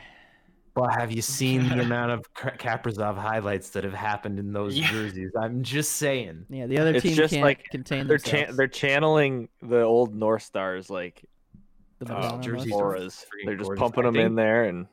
Speaker 4: But have you seen the amount of Kra- Kaprizov highlights that have happened in those
Speaker 3: Yeah.
Speaker 4: jerseys? I'm just saying.
Speaker 1: Yeah, the other
Speaker 2: It's
Speaker 1: team
Speaker 2: just
Speaker 1: can't
Speaker 2: like
Speaker 1: contain
Speaker 2: They're
Speaker 1: themselves.
Speaker 2: cha- they're channeling the old North Stars like uh,
Speaker 1: the
Speaker 4: uh,
Speaker 1: Madonna
Speaker 4: jerseys
Speaker 1: most.
Speaker 4: are
Speaker 2: auras.
Speaker 4: freaking
Speaker 2: They're just
Speaker 4: gorgeous.
Speaker 2: pumping
Speaker 4: I
Speaker 2: them in
Speaker 4: think-
Speaker 2: there, and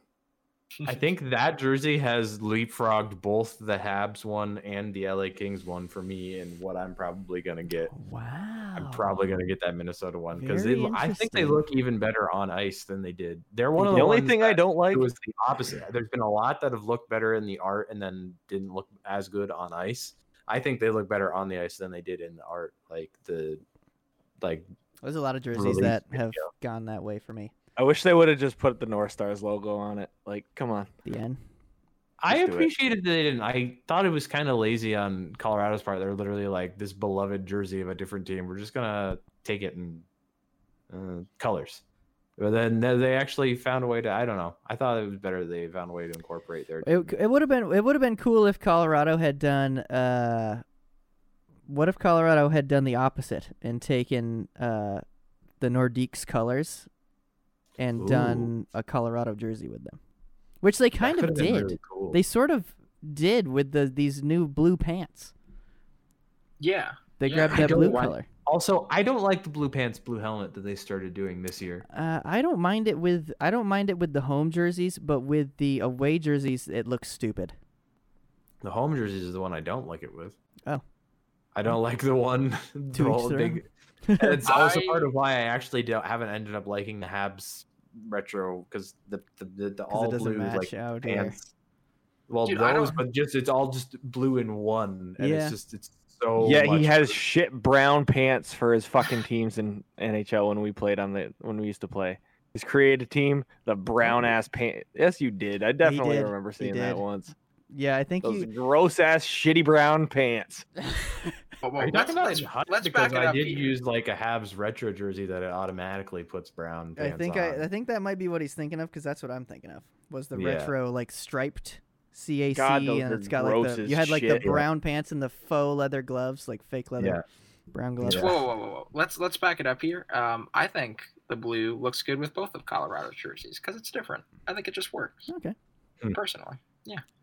Speaker 4: I think that jersey has leapfrogged both the Habs one and the LA Kings one for me, and what I'm probably gonna get.
Speaker 1: Wow.
Speaker 4: I'm probably gonna get that Minnesota one because they.
Speaker 1: Very
Speaker 4: lo- I think they
Speaker 1: interesting.
Speaker 4: look even better on ice than they did. They're one of the,
Speaker 2: the only
Speaker 4: ones
Speaker 2: thing
Speaker 4: that
Speaker 2: I don't like
Speaker 4: it was the opposite. There's been a lot that have looked better in the art and then didn't look as good on ice. I think they look better on the ice than they did in the art. Like the, like
Speaker 1: There's a lot of jerseys
Speaker 4: Release
Speaker 1: that have
Speaker 4: video.
Speaker 1: gone that way for me.
Speaker 2: I wish they would have just put the North Stars logo on it. Like, come on.
Speaker 1: The end.
Speaker 4: I
Speaker 2: Let's do it.
Speaker 4: appreciated that they didn't. I thought it was kind of lazy on Colorado's part. They're literally like this beloved jersey of a different team. We're just gonna take it in uh, colors. But then they- they actually found a way to. I don't know. I thought it was better. They found a way to incorporate their.
Speaker 1: It, it would have been it would have been cool if Colorado had done uh, what if Colorado had done the opposite and taken uh, the Nordiques colors and done a Colorado jersey with them, which they kind
Speaker 4: That
Speaker 1: of
Speaker 4: could've been
Speaker 1: did.
Speaker 4: really cool.
Speaker 1: They sort of did with the these new blue pants.
Speaker 3: Yeah.
Speaker 1: They
Speaker 3: Yeah,
Speaker 1: grabbed
Speaker 4: I
Speaker 1: that
Speaker 4: don't
Speaker 1: blue
Speaker 4: want-
Speaker 1: color.
Speaker 4: Also, I don't like the blue pants, blue helmet that they started doing this year.
Speaker 1: Uh, I don't mind it with I don't mind it with the home jerseys, but with the away jerseys, it looks stupid.
Speaker 4: The home jerseys is the one I don't like it with.
Speaker 1: Oh.
Speaker 4: I don't like the one.
Speaker 1: To
Speaker 4: The
Speaker 1: each
Speaker 4: whole
Speaker 1: their
Speaker 4: big, and it's also
Speaker 3: I-
Speaker 4: part of why I actually don't, haven't ended up liking the Habs retro because the the, the, the
Speaker 1: Because
Speaker 4: all
Speaker 1: it doesn't
Speaker 4: blue
Speaker 1: match
Speaker 4: like
Speaker 1: out there.
Speaker 4: pants. Well,
Speaker 3: Dude, I
Speaker 4: those,
Speaker 3: don't-
Speaker 4: but just it's all just blue and one, and
Speaker 1: Yeah.
Speaker 4: it's just it's so.
Speaker 2: yeah,
Speaker 4: much-
Speaker 2: he has shit brown pants for his fucking teams in NHL when we played on the when we used to play. His created team, the brown ass pants. Yes, you did. I definitely
Speaker 1: did.
Speaker 2: remember
Speaker 1: He
Speaker 2: seeing that
Speaker 1: did.
Speaker 2: once.
Speaker 1: Yeah, I think
Speaker 2: Those
Speaker 1: you.
Speaker 2: gross ass shitty brown pants.
Speaker 3: But, well,
Speaker 4: Are you
Speaker 3: let's,
Speaker 4: talking about
Speaker 3: let's,
Speaker 4: his height?
Speaker 3: let's back
Speaker 4: because
Speaker 3: it
Speaker 4: I
Speaker 3: up.
Speaker 4: did
Speaker 3: here.
Speaker 4: use like a Habs retro jersey that it automatically puts brown
Speaker 1: I
Speaker 4: pants
Speaker 1: think
Speaker 4: on.
Speaker 1: I, I think that might be what he's thinking of because that's what I'm thinking of was the
Speaker 4: Yeah.
Speaker 1: retro like striped CAC
Speaker 2: God, those
Speaker 1: and
Speaker 2: are
Speaker 1: it's got like
Speaker 2: gross
Speaker 1: the
Speaker 2: as
Speaker 1: you had like
Speaker 2: shit.
Speaker 1: the brown pants and the faux leather gloves like fake leather
Speaker 4: Yeah.
Speaker 1: brown gloves.
Speaker 4: Yeah.
Speaker 3: Whoa, whoa, whoa, whoa! Let's let's back it up here. Um, I think the blue looks good with both of Colorado's jerseys because it's different. I think it just works
Speaker 1: Okay,
Speaker 4: Hmm.
Speaker 3: personally.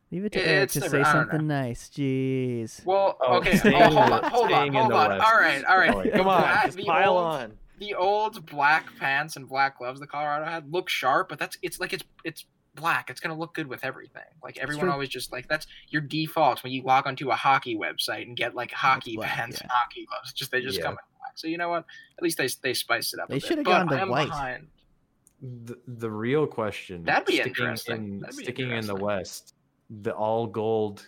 Speaker 1: leave it to
Speaker 3: Yeah,
Speaker 1: Eric
Speaker 3: it's
Speaker 1: to
Speaker 3: never-
Speaker 1: say
Speaker 3: I don't
Speaker 1: something nice. Jeez.
Speaker 3: Well,
Speaker 4: Oh,
Speaker 3: okay.
Speaker 4: staying
Speaker 3: oh, hold
Speaker 4: in
Speaker 3: on,
Speaker 4: the-
Speaker 3: hold on,
Speaker 4: staying in
Speaker 3: hold
Speaker 4: the
Speaker 3: on.
Speaker 4: West.
Speaker 3: All right, all right.
Speaker 4: Oh, yeah.
Speaker 2: Come on,
Speaker 3: That-
Speaker 2: just
Speaker 3: the
Speaker 2: pile
Speaker 3: old-
Speaker 2: on.
Speaker 3: The old black pants and black gloves that Colorado had look sharp, but that's it's like it's it's black. It's gonna look good with everything. Like everyone
Speaker 1: true.
Speaker 3: always just like that's your default when you log onto a hockey website and get like hockey
Speaker 1: black,
Speaker 3: pants,
Speaker 1: yeah.
Speaker 3: and hockey gloves. Just they just
Speaker 4: Yeah.
Speaker 3: come in black. So you know what? At least they they spiced it up. a
Speaker 1: They
Speaker 3: bit,
Speaker 1: should've
Speaker 3: but
Speaker 1: gone to
Speaker 3: I'm
Speaker 1: white.
Speaker 3: Behind.
Speaker 4: the, the real question
Speaker 3: That'd be
Speaker 4: sticking
Speaker 3: interesting.
Speaker 4: in,
Speaker 3: That'd be
Speaker 4: sticking in
Speaker 3: interesting.
Speaker 4: the west the all gold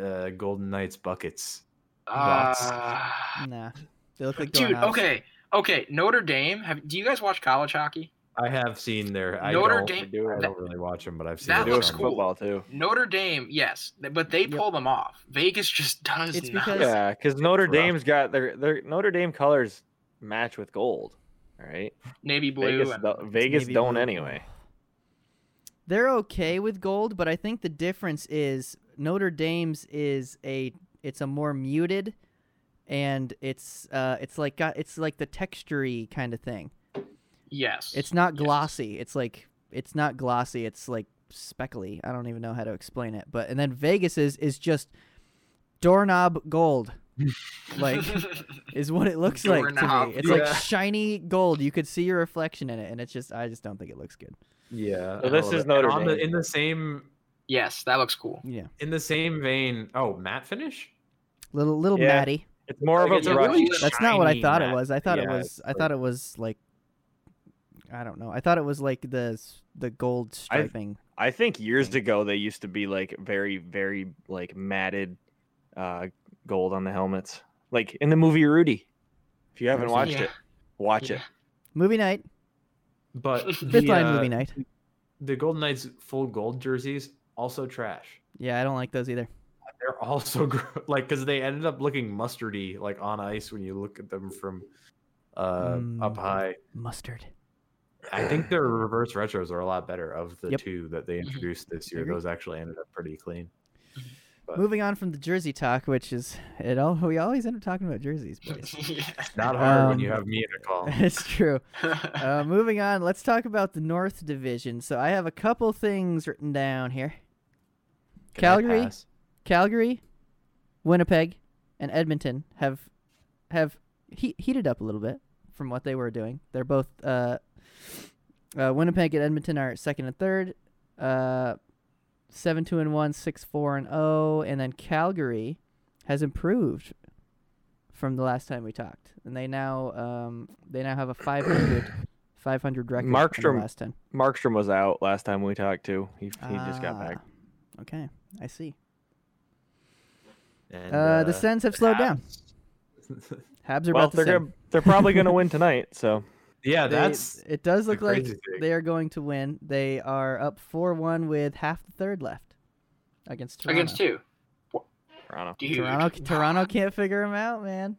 Speaker 4: uh, golden knights buckets That's-
Speaker 3: Uh,
Speaker 1: Nah, they look like
Speaker 3: dude,
Speaker 1: doorknobs.
Speaker 3: okay, okay. Notre Dame. Have do you guys watch college hockey?
Speaker 4: i have seen their I
Speaker 3: Notre
Speaker 4: don't,
Speaker 3: Dame-
Speaker 2: do
Speaker 4: i
Speaker 2: it.
Speaker 4: don't really watch them but i've seen
Speaker 3: That
Speaker 4: them
Speaker 3: looks
Speaker 4: from-
Speaker 3: cool.
Speaker 2: football too.
Speaker 3: Notre Dame, yes, th- but they
Speaker 1: Yep.
Speaker 3: pull them off. Vegas just does
Speaker 1: It's
Speaker 3: not.
Speaker 1: because-
Speaker 2: Yeah, because Notre
Speaker 4: rough.
Speaker 2: Dame's got their their Notre Dame colors match with gold. All right,
Speaker 3: navy blue.
Speaker 2: Vegas,
Speaker 3: and-
Speaker 2: do- Vegas
Speaker 1: navy
Speaker 2: don't
Speaker 1: blue.
Speaker 2: anyway.
Speaker 1: They're okay with gold, but I think the difference is Notre Dame's is a it's a more muted, and it's uh it's like got it's like the textury kind of thing.
Speaker 3: yes,
Speaker 1: It's not
Speaker 3: Yes.
Speaker 1: glossy. It's like it's not glossy. It's like speckly. I don't even know how to explain it. But and then Vegas is is just doorknob gold. like is what it looks like to
Speaker 3: Doorknob.
Speaker 1: me. It's
Speaker 4: Yeah.
Speaker 1: like shiny gold. You could see your reflection in it, and it's just I just don't think it looks good.
Speaker 4: yeah
Speaker 2: So
Speaker 4: I
Speaker 2: this
Speaker 4: love
Speaker 2: is
Speaker 4: it.
Speaker 2: Notre
Speaker 4: And on the-
Speaker 2: Dame.
Speaker 4: in the same
Speaker 3: yes, that looks cool.
Speaker 1: Yeah,
Speaker 4: in the same vein oh matte finish
Speaker 1: little little
Speaker 2: Yeah.
Speaker 1: matty.
Speaker 2: It's more of
Speaker 4: Like,
Speaker 2: a
Speaker 4: it's
Speaker 3: a
Speaker 2: brush.
Speaker 3: really
Speaker 1: That's not what I
Speaker 4: shiny
Speaker 1: thought it
Speaker 4: matte.
Speaker 1: was. I thought it
Speaker 4: Yeah,
Speaker 1: was.
Speaker 4: it's
Speaker 1: I thought it was like. I don't know. I thought it was like the s- the gold
Speaker 2: I-
Speaker 1: striping.
Speaker 2: I think years ago they used to be like very, very like matted uh, gold on the helmets, like in the movie Rudy. If you haven't
Speaker 1: Yeah.
Speaker 2: watched it, watch it.
Speaker 1: Movie night,
Speaker 4: but
Speaker 1: fifth
Speaker 4: the,
Speaker 1: line
Speaker 4: uh,
Speaker 1: movie night.
Speaker 4: the golden knights full gold jerseys also trash
Speaker 1: Yeah, I don't like those either.
Speaker 4: they're also gr- like because they ended up looking mustardy like on ice when you look at them from uh
Speaker 1: Mm.
Speaker 4: up high
Speaker 1: Mustard.
Speaker 4: I think their reverse retros are a lot better of the
Speaker 1: Yep.
Speaker 4: two that
Speaker 3: Mm-hmm.
Speaker 4: they introduced this year.
Speaker 1: Agree.
Speaker 4: Those actually ended up pretty clean. But-
Speaker 1: Moving on from the jersey talk, which is it all we always end up talking about jerseys, boys.
Speaker 4: It's not hard when you
Speaker 1: Um,
Speaker 4: have me in a call.
Speaker 1: it's true.
Speaker 3: Yeah.
Speaker 1: Uh, moving on, let's talk about the North Division. So I have a couple things written down here:
Speaker 4: I
Speaker 1: Calgary?
Speaker 4: pass?
Speaker 1: Calgary, Winnipeg, and Edmonton have have he- heated up a little bit from what they were doing. They're both uh, uh, Winnipeg and Edmonton are second and third. uh, seven two and one, six four and zero, and then Calgary has improved from the last time we talked, and they now um, they now have a 500, 500 record. from the
Speaker 2: Markstrom-
Speaker 1: last ten.
Speaker 2: Markstrom was out last time we talked too. He, he just got back.
Speaker 1: Ah, Okay, I see.
Speaker 4: And,
Speaker 1: Uh, the Sens have slowed down.
Speaker 4: down.
Speaker 1: Habs are
Speaker 2: Well,
Speaker 1: about the
Speaker 2: they're
Speaker 1: same.
Speaker 2: gonna, they're probably going to win tonight. So
Speaker 4: yeah,
Speaker 1: They-
Speaker 4: Uh, that's
Speaker 1: it. Does
Speaker 4: the
Speaker 1: look like
Speaker 4: crazy thing.
Speaker 1: they are going to win. They are up four one with half the third left against Toronto.
Speaker 3: against who?
Speaker 2: Toronto.
Speaker 3: Dude.
Speaker 1: Toronto, Toronto can't figure them out, man.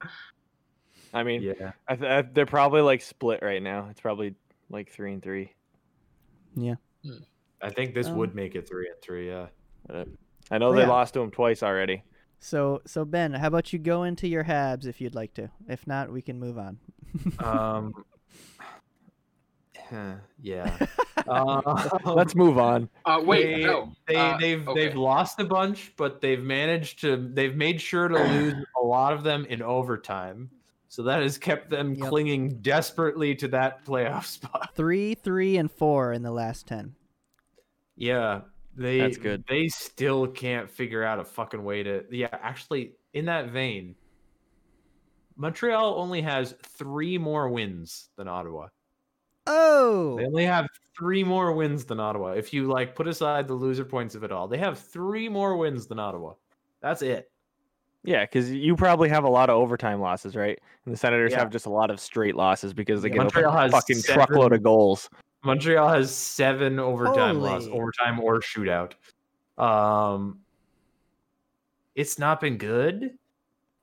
Speaker 2: I mean,
Speaker 4: yeah.
Speaker 2: I th- I, they're probably like split right now. It's probably like three and three.
Speaker 4: I think this
Speaker 1: Um,
Speaker 4: would make it three and three. Yeah.
Speaker 2: I know
Speaker 1: Oh,
Speaker 2: they
Speaker 1: yeah.
Speaker 2: lost to him twice already.
Speaker 1: So, so Ben, how about you go into your Habs if you'd like to? If not, we can move on.
Speaker 4: Um. huh, yeah. Uh,
Speaker 2: Let's move on.
Speaker 3: Uh, wait,
Speaker 4: They-
Speaker 3: no.
Speaker 4: They
Speaker 3: Uh,
Speaker 4: they've
Speaker 3: okay.
Speaker 4: they've lost a bunch, but they've managed to they've made sure to lose a lot of them in overtime. So that has kept them
Speaker 1: Yep.
Speaker 4: clinging desperately to that playoff spot.
Speaker 1: Three, three, and four in the last ten.
Speaker 4: Yeah, they
Speaker 2: That's good.
Speaker 4: They still can't figure out a fucking way to. Yeah, actually, in that vein, Montreal only has three more wins than Ottawa. They
Speaker 1: Oh,
Speaker 4: only have three more wins than Ottawa. If you like put aside the loser points of it all, they have three more wins than Ottawa. That's it.
Speaker 2: Yeah, because you probably have a lot of overtime losses, right? And the Senators
Speaker 4: Yeah.
Speaker 2: have just a lot of straight losses because they
Speaker 1: Yeah.
Speaker 2: give
Speaker 4: Montreal
Speaker 2: up a
Speaker 4: has
Speaker 2: fucking
Speaker 4: seven-
Speaker 2: truckload of goals.
Speaker 4: Montreal has seven overtime loss,
Speaker 1: Holy.
Speaker 4: overtime or shootout. Um, it's not been good.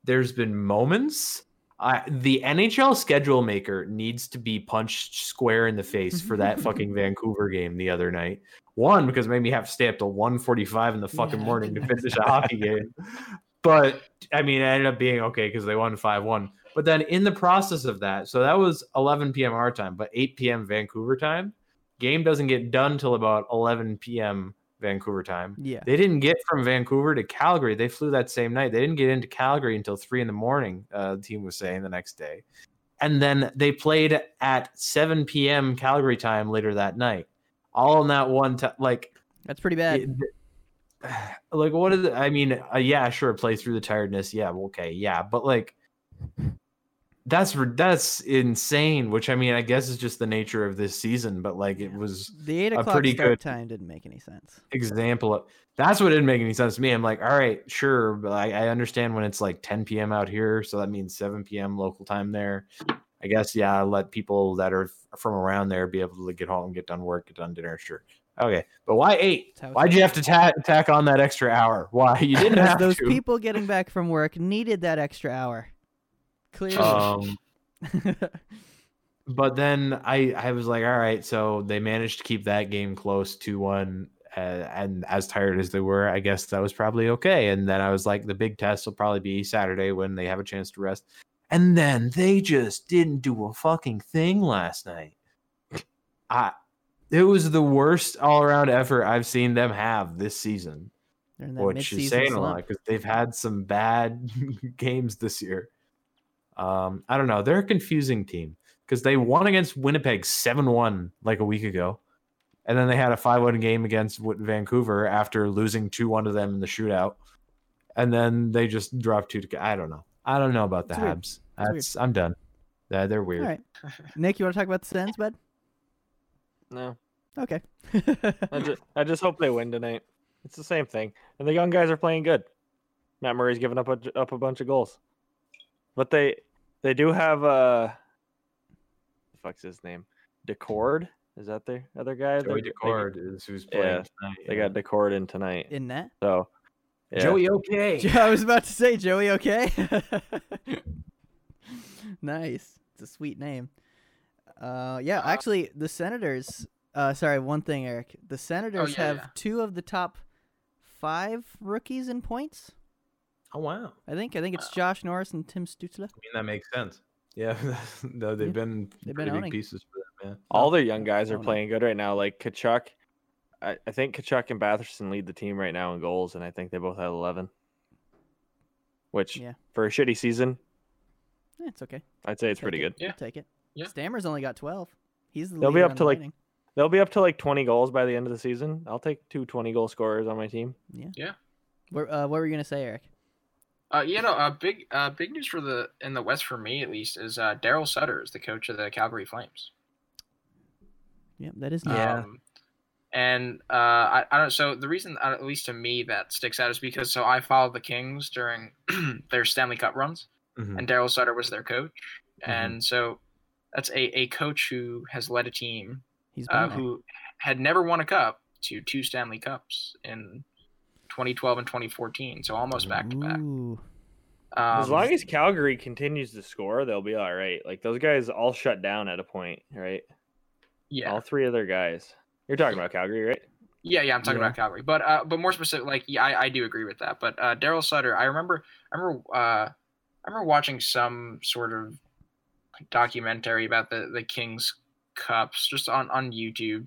Speaker 4: There's been moments. I, the NHL schedule maker needs to be punched square in the face for that fucking Vancouver game the other night. One because it made me have to stay up till 1.45 in the fucking
Speaker 1: Yeah, I
Speaker 4: morning to
Speaker 1: didn't
Speaker 4: finish a hockey game. But I mean, it ended up being okay because they won five one. But then in the process of that, so that was 11 p.m. our time, but 8 p.m. Vancouver time. Game doesn't get done till about 11 p.m. Vancouver time.
Speaker 1: yeah.
Speaker 4: They didn't get from Vancouver to Calgary. They flew that same night. They didn't get into Calgary until three in the morning. Uh, the team was saying the next day, and then they played at 7 p.m. Calgary time later that night. All in that one time, like
Speaker 1: That's pretty bad.
Speaker 4: it- like what is it? I mean, uh, yeah, sure, play through the tiredness. Yeah, okay, yeah, but like that's ri- that's insane. Which I mean, I guess is just the nature of this season. But like, it
Speaker 1: Yeah.
Speaker 4: was
Speaker 1: the eight
Speaker 4: a
Speaker 1: o'clock
Speaker 4: pretty
Speaker 1: start
Speaker 4: good-
Speaker 1: time didn't make any sense.
Speaker 4: example of that's what didn't make any sense to me. I'm like, all right, sure, but I, I understand when it's like 10 p.m. out here, so that means 7 p.m. local time there. I guess yeah, let people that are f- from around there be able to get home, get done work, get done dinner. Sure, okay, but why eight?
Speaker 1: That's how it's
Speaker 4: Why'd you have to ta- tack on that extra hour? Why you didn't
Speaker 1: Because
Speaker 4: have
Speaker 1: those
Speaker 4: to?
Speaker 1: people getting back from work needed that extra hour. Clearly.
Speaker 4: Um, but then I I was like, all right, so they managed to keep that game close to one. Uh, and as tired as they were, I guess that was probably okay. And then I was like, the big test will probably be Saturday when they have a chance to rest. And then they just didn't do a fucking thing last night. I, it was the worst all around effort I've seen them have this season.
Speaker 1: They're in that
Speaker 4: which is
Speaker 1: mid-season
Speaker 4: saying a
Speaker 1: slump.
Speaker 4: lot because they've had some bad games this year. Um, I don't know. They're a confusing team because they won against Winnipeg 7 1 like a week ago. And then they had a 5 1 game against Wa- Vancouver after losing 2 1 to them in the shootout. And then they just dropped two to. I don't know. I don't know about the
Speaker 1: It's weird.
Speaker 4: Habs.
Speaker 1: weird.
Speaker 4: That's, I'm done. They're, they're
Speaker 1: All
Speaker 4: weird.
Speaker 1: right, Nick, you want to talk about the Sens, bud?
Speaker 2: No,
Speaker 1: Okay.
Speaker 2: I just, I just hope they win tonight. It's the same thing, and the young guys are playing good. Matt Murray's giving up a, up a bunch of goals, but they they do have uh, the fuck's his name, Decord. Is that their other guy?
Speaker 4: Joey
Speaker 2: They- they-
Speaker 4: Decord is who's playing
Speaker 2: Yeah,
Speaker 4: tonight.
Speaker 2: They
Speaker 4: yeah.
Speaker 2: got Decord in tonight,
Speaker 1: in that,
Speaker 2: so yeah.
Speaker 4: Joey, okay.
Speaker 1: I was about to say, Joey. Okay. nice. It's a sweet name. Uh, yeah. Actually, the Senators. Uh, sorry, one thing, Eric. The Senators
Speaker 3: Oh, yeah,
Speaker 1: have
Speaker 3: yeah.
Speaker 1: two of the top five rookies in points.
Speaker 4: Oh, wow.
Speaker 1: I think. I think
Speaker 3: Uh,
Speaker 1: it's Josh Norris and Tim Stutzla.
Speaker 4: I mean, that makes sense. Yeah, no, they've
Speaker 1: Yeah.
Speaker 4: been
Speaker 1: been
Speaker 4: pretty
Speaker 1: owning.
Speaker 4: big pieces for them. Yeah.
Speaker 2: All their young guys are
Speaker 1: don't know.
Speaker 2: playing good right now. Like Kachuk, I, I think Kachuk and Batherson lead the team right now in goals, and I think they both had 11. Which,
Speaker 1: Yeah.
Speaker 2: for a shitty season,
Speaker 1: Eh, it's okay.
Speaker 2: I'd say it's
Speaker 1: Take
Speaker 2: pretty
Speaker 1: it.
Speaker 2: good.
Speaker 3: Yeah.
Speaker 1: I'll take it.
Speaker 3: Yeah.
Speaker 1: Stammer's only got twelve. He's the
Speaker 2: They'll be
Speaker 1: leader
Speaker 2: up
Speaker 1: on
Speaker 2: to,
Speaker 1: the
Speaker 2: like,
Speaker 1: Lightning.
Speaker 2: They'll be up to like 20 goals by the end of the season. I'll take two 20 goal scorers on my team.
Speaker 1: Where, uh, what were you gonna say, Eric?
Speaker 3: Uh, you know, uh, big uh, big news for the in the West for me at least is uh, Daryl Sutter is the coach of the Calgary Flames.
Speaker 1: Yeah, that is not.
Speaker 4: Yeah.
Speaker 3: Um, and uh, I, I don't. So the reason, uh, at least to me, that sticks out is because so I followed the Kings during their Stanley Cup runs,
Speaker 4: Mhm.
Speaker 3: and Daryl Sutter was their coach, and so that's a, a coach who has led a team
Speaker 1: He's been
Speaker 3: uh,
Speaker 1: there.
Speaker 3: who had never won a cup to two Stanley Cups in 2012 and 2014, so almost back to back. Um,
Speaker 1: Ooh.
Speaker 2: as long as Calgary continues to score, they'll be all right. Like those guys all shut down at a point, right?
Speaker 3: yeah,
Speaker 2: All three of their guys. You're talking about Calgary, right?
Speaker 3: Yeah, yeah, I'm talking
Speaker 1: Yeah.
Speaker 3: about Calgary, but uh, but more specific, like yeah, I, I do agree with that. But uh, Daryl Sutter, I remember, I remember, uh, I remember watching some sort of documentary about the the Kings Cups just on on YouTube.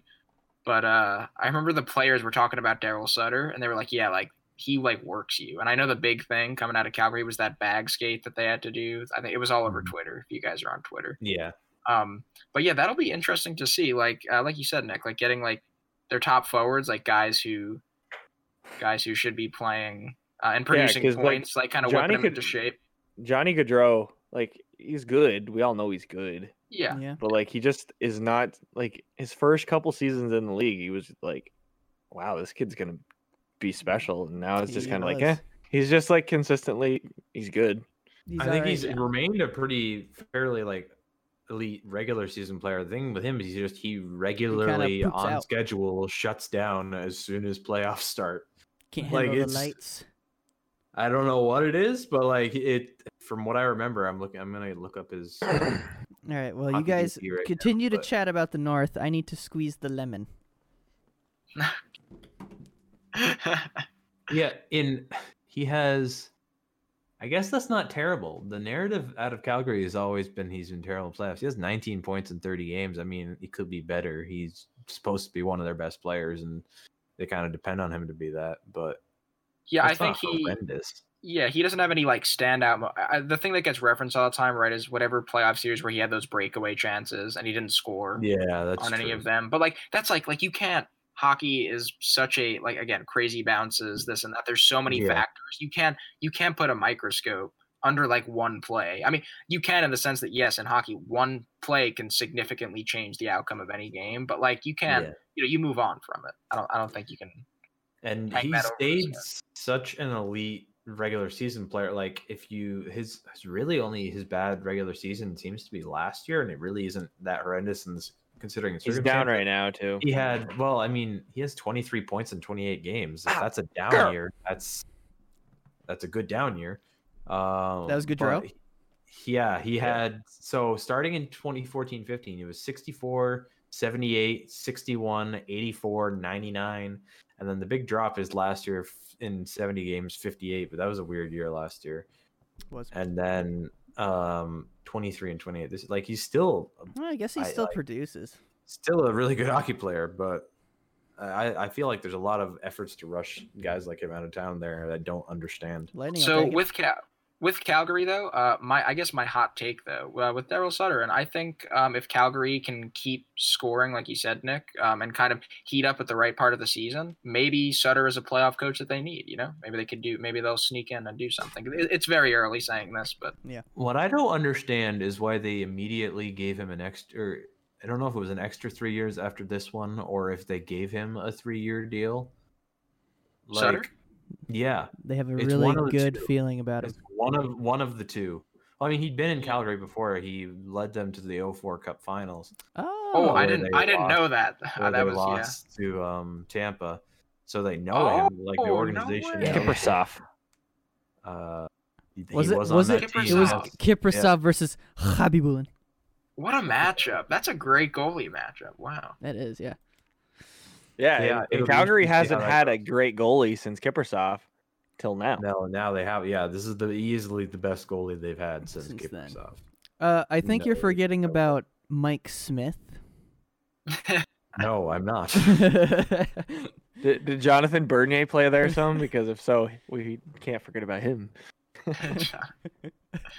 Speaker 3: But uh, I remember the players were talking about Daryl Sutter, and they were like, "Yeah, like he like works you." And I know the big thing coming out of Calgary was that bag skate that they had to do. I think it was all over
Speaker 4: Mhm.
Speaker 3: Twitter. If you guys are on Twitter,
Speaker 4: Yeah.
Speaker 3: um, but yeah, that'll be interesting to see. Like uh, like you said, Nick, like getting like their top forwards, like guys who guys who should be playing uh, and producing
Speaker 2: 'cause, like,
Speaker 3: points, like, kind of
Speaker 2: Johnny
Speaker 3: whipping them
Speaker 2: could-
Speaker 3: into shape.
Speaker 2: Johnny Gaudreau, like he's good. We all know he's good,
Speaker 3: Yeah,
Speaker 1: Yeah.
Speaker 2: but like he just is not like his first couple seasons in the league. He was like, "Wow, this kid's gonna be special." And now it's just
Speaker 1: He
Speaker 2: kind of like, eh.
Speaker 1: was.
Speaker 2: He's just like consistently, he's good.
Speaker 1: He's
Speaker 4: I think
Speaker 1: alright.
Speaker 4: he's remained a pretty fairly like elite regular season player. The thing with him is he just he regularly
Speaker 1: poops
Speaker 4: on
Speaker 1: out.
Speaker 4: schedule shuts down as soon as playoffs start.
Speaker 1: Can't
Speaker 4: like,
Speaker 1: handle the
Speaker 4: it's-
Speaker 1: lights.
Speaker 4: I don't know what it is, but like it from what I remember, I'm looking I'm gonna look up his
Speaker 1: All right. Well, you
Speaker 4: hockey
Speaker 1: guys
Speaker 4: DP right now,
Speaker 1: continue to
Speaker 4: but-
Speaker 1: chat about the North. I need to squeeze the lemon.
Speaker 2: Mm.
Speaker 4: Yeah, in he has I guess that's not terrible. The narrative out of Calgary has always been he's been terrible in playoffs. He has 19 points in 30 games. I mean, he could be better. He's supposed to be one of their best players, and they kind of depend on him to be that. But
Speaker 3: yeah, I
Speaker 4: it's not
Speaker 3: think he.
Speaker 4: horrendous.
Speaker 3: Yeah, he doesn't have any like standout. Mo- I, the thing that gets referenced all the time, right, is whatever playoff series where he had those breakaway chances and he didn't score.
Speaker 4: Yeah, that's
Speaker 3: on any
Speaker 4: true.
Speaker 3: of them. But like that's like like you can't hockey is such a like again crazy bounces this and that there's so many
Speaker 4: Yeah.
Speaker 3: factors you can't you can't put a microscope under like one play i mean you can in the sense that yes in hockey one play can significantly change the outcome of any game but like you can't
Speaker 4: Yeah.
Speaker 3: you know you move on from it i don't i don't think you can
Speaker 4: and
Speaker 3: hang
Speaker 4: he
Speaker 3: that over his
Speaker 4: stayed
Speaker 3: head.
Speaker 4: s- such an elite regular season player. Like if you his, his really only his bad regular season seems to be last year, and it really isn't that horrendous. And considering the
Speaker 2: He's down
Speaker 4: circumstances.
Speaker 2: right now too.
Speaker 4: He had well, I mean, he has 23 points in 28 games. If
Speaker 2: Ow,
Speaker 4: that's a down
Speaker 2: girl.
Speaker 4: year. That's that's a good down year. Um,
Speaker 1: was good,
Speaker 4: but
Speaker 1: Jarrell?
Speaker 4: he- Yeah, he
Speaker 2: Yeah.
Speaker 4: had so starting in 2014-15, he was 64, 78, 61, 84, 99, and then the big drop is last year f- in 70 games 58, but that was a weird year last year.
Speaker 1: Was
Speaker 4: And then um 23 and 28. This like he's still a
Speaker 1: well, I guess he
Speaker 4: I,
Speaker 1: still
Speaker 4: like-
Speaker 1: produces.
Speaker 4: still a really good hockey player, but I, I feel like there's a lot of efforts to rush guys like him out of town there that don't understand.
Speaker 1: Lightning. I'll
Speaker 3: So
Speaker 1: take it.
Speaker 3: with Cal- with Calgary though, uh, my I guess my hot take though uh, with Daryl Sutter, and I think um, if Calgary can keep scoring like you said, Nick, um, and kind of heat up at the right part of the season, maybe Sutter is a playoff coach that they need. You know, maybe they could do, maybe they'll sneak in and do something. It- it's very early saying this, but
Speaker 4: What I don't understand is why they immediately gave him an extra. I don't know if it was an extra three years after this one or if they gave him a three year deal.
Speaker 3: Sutter?
Speaker 4: yeah,
Speaker 1: they have a
Speaker 4: it's
Speaker 1: really
Speaker 4: one of the
Speaker 1: good
Speaker 4: two.
Speaker 1: feeling about him.
Speaker 4: it's one of one of the two. Well, I mean, he'd been in Calgary before. He led them to the 04 Cup Finals.
Speaker 1: Oh,
Speaker 3: oh, I
Speaker 4: where
Speaker 3: didn't,
Speaker 4: they
Speaker 3: I didn't know
Speaker 4: lost-
Speaker 3: that.
Speaker 4: where
Speaker 3: that
Speaker 4: they
Speaker 3: was
Speaker 4: lost to um, Tampa, so they know him. Like
Speaker 3: Oh,
Speaker 4: the
Speaker 3: no
Speaker 4: organization.
Speaker 3: way.
Speaker 4: knows him.
Speaker 2: Kiprasov.
Speaker 4: Uh, he- he
Speaker 1: was it?
Speaker 4: on
Speaker 1: Was
Speaker 4: that
Speaker 1: it?
Speaker 3: team.
Speaker 1: It was
Speaker 3: Yeah.
Speaker 1: Kiprasov versus Khabibulin.
Speaker 3: yeah. What a matchup! That's a great goalie matchup. Wow.
Speaker 1: That is, yeah.
Speaker 2: Yeah,
Speaker 4: Yeah,
Speaker 2: and- and
Speaker 4: it'll be
Speaker 2: Calgary
Speaker 4: interesting to see
Speaker 2: hasn't
Speaker 4: how that
Speaker 2: had a great goalie since Kiprasov till now.
Speaker 4: No, now they have. Yeah, this is the easily the best goalie they've had since,
Speaker 1: Since then.
Speaker 4: Kiprasov.
Speaker 1: Uh, I think you're
Speaker 4: No,
Speaker 1: forgetting
Speaker 4: no.
Speaker 1: about Mike Smith.
Speaker 4: No, I'm not.
Speaker 2: Did, did Jonathan Bernier play there some? Because if so, we can't forget about him.
Speaker 4: I, he
Speaker 1: don't-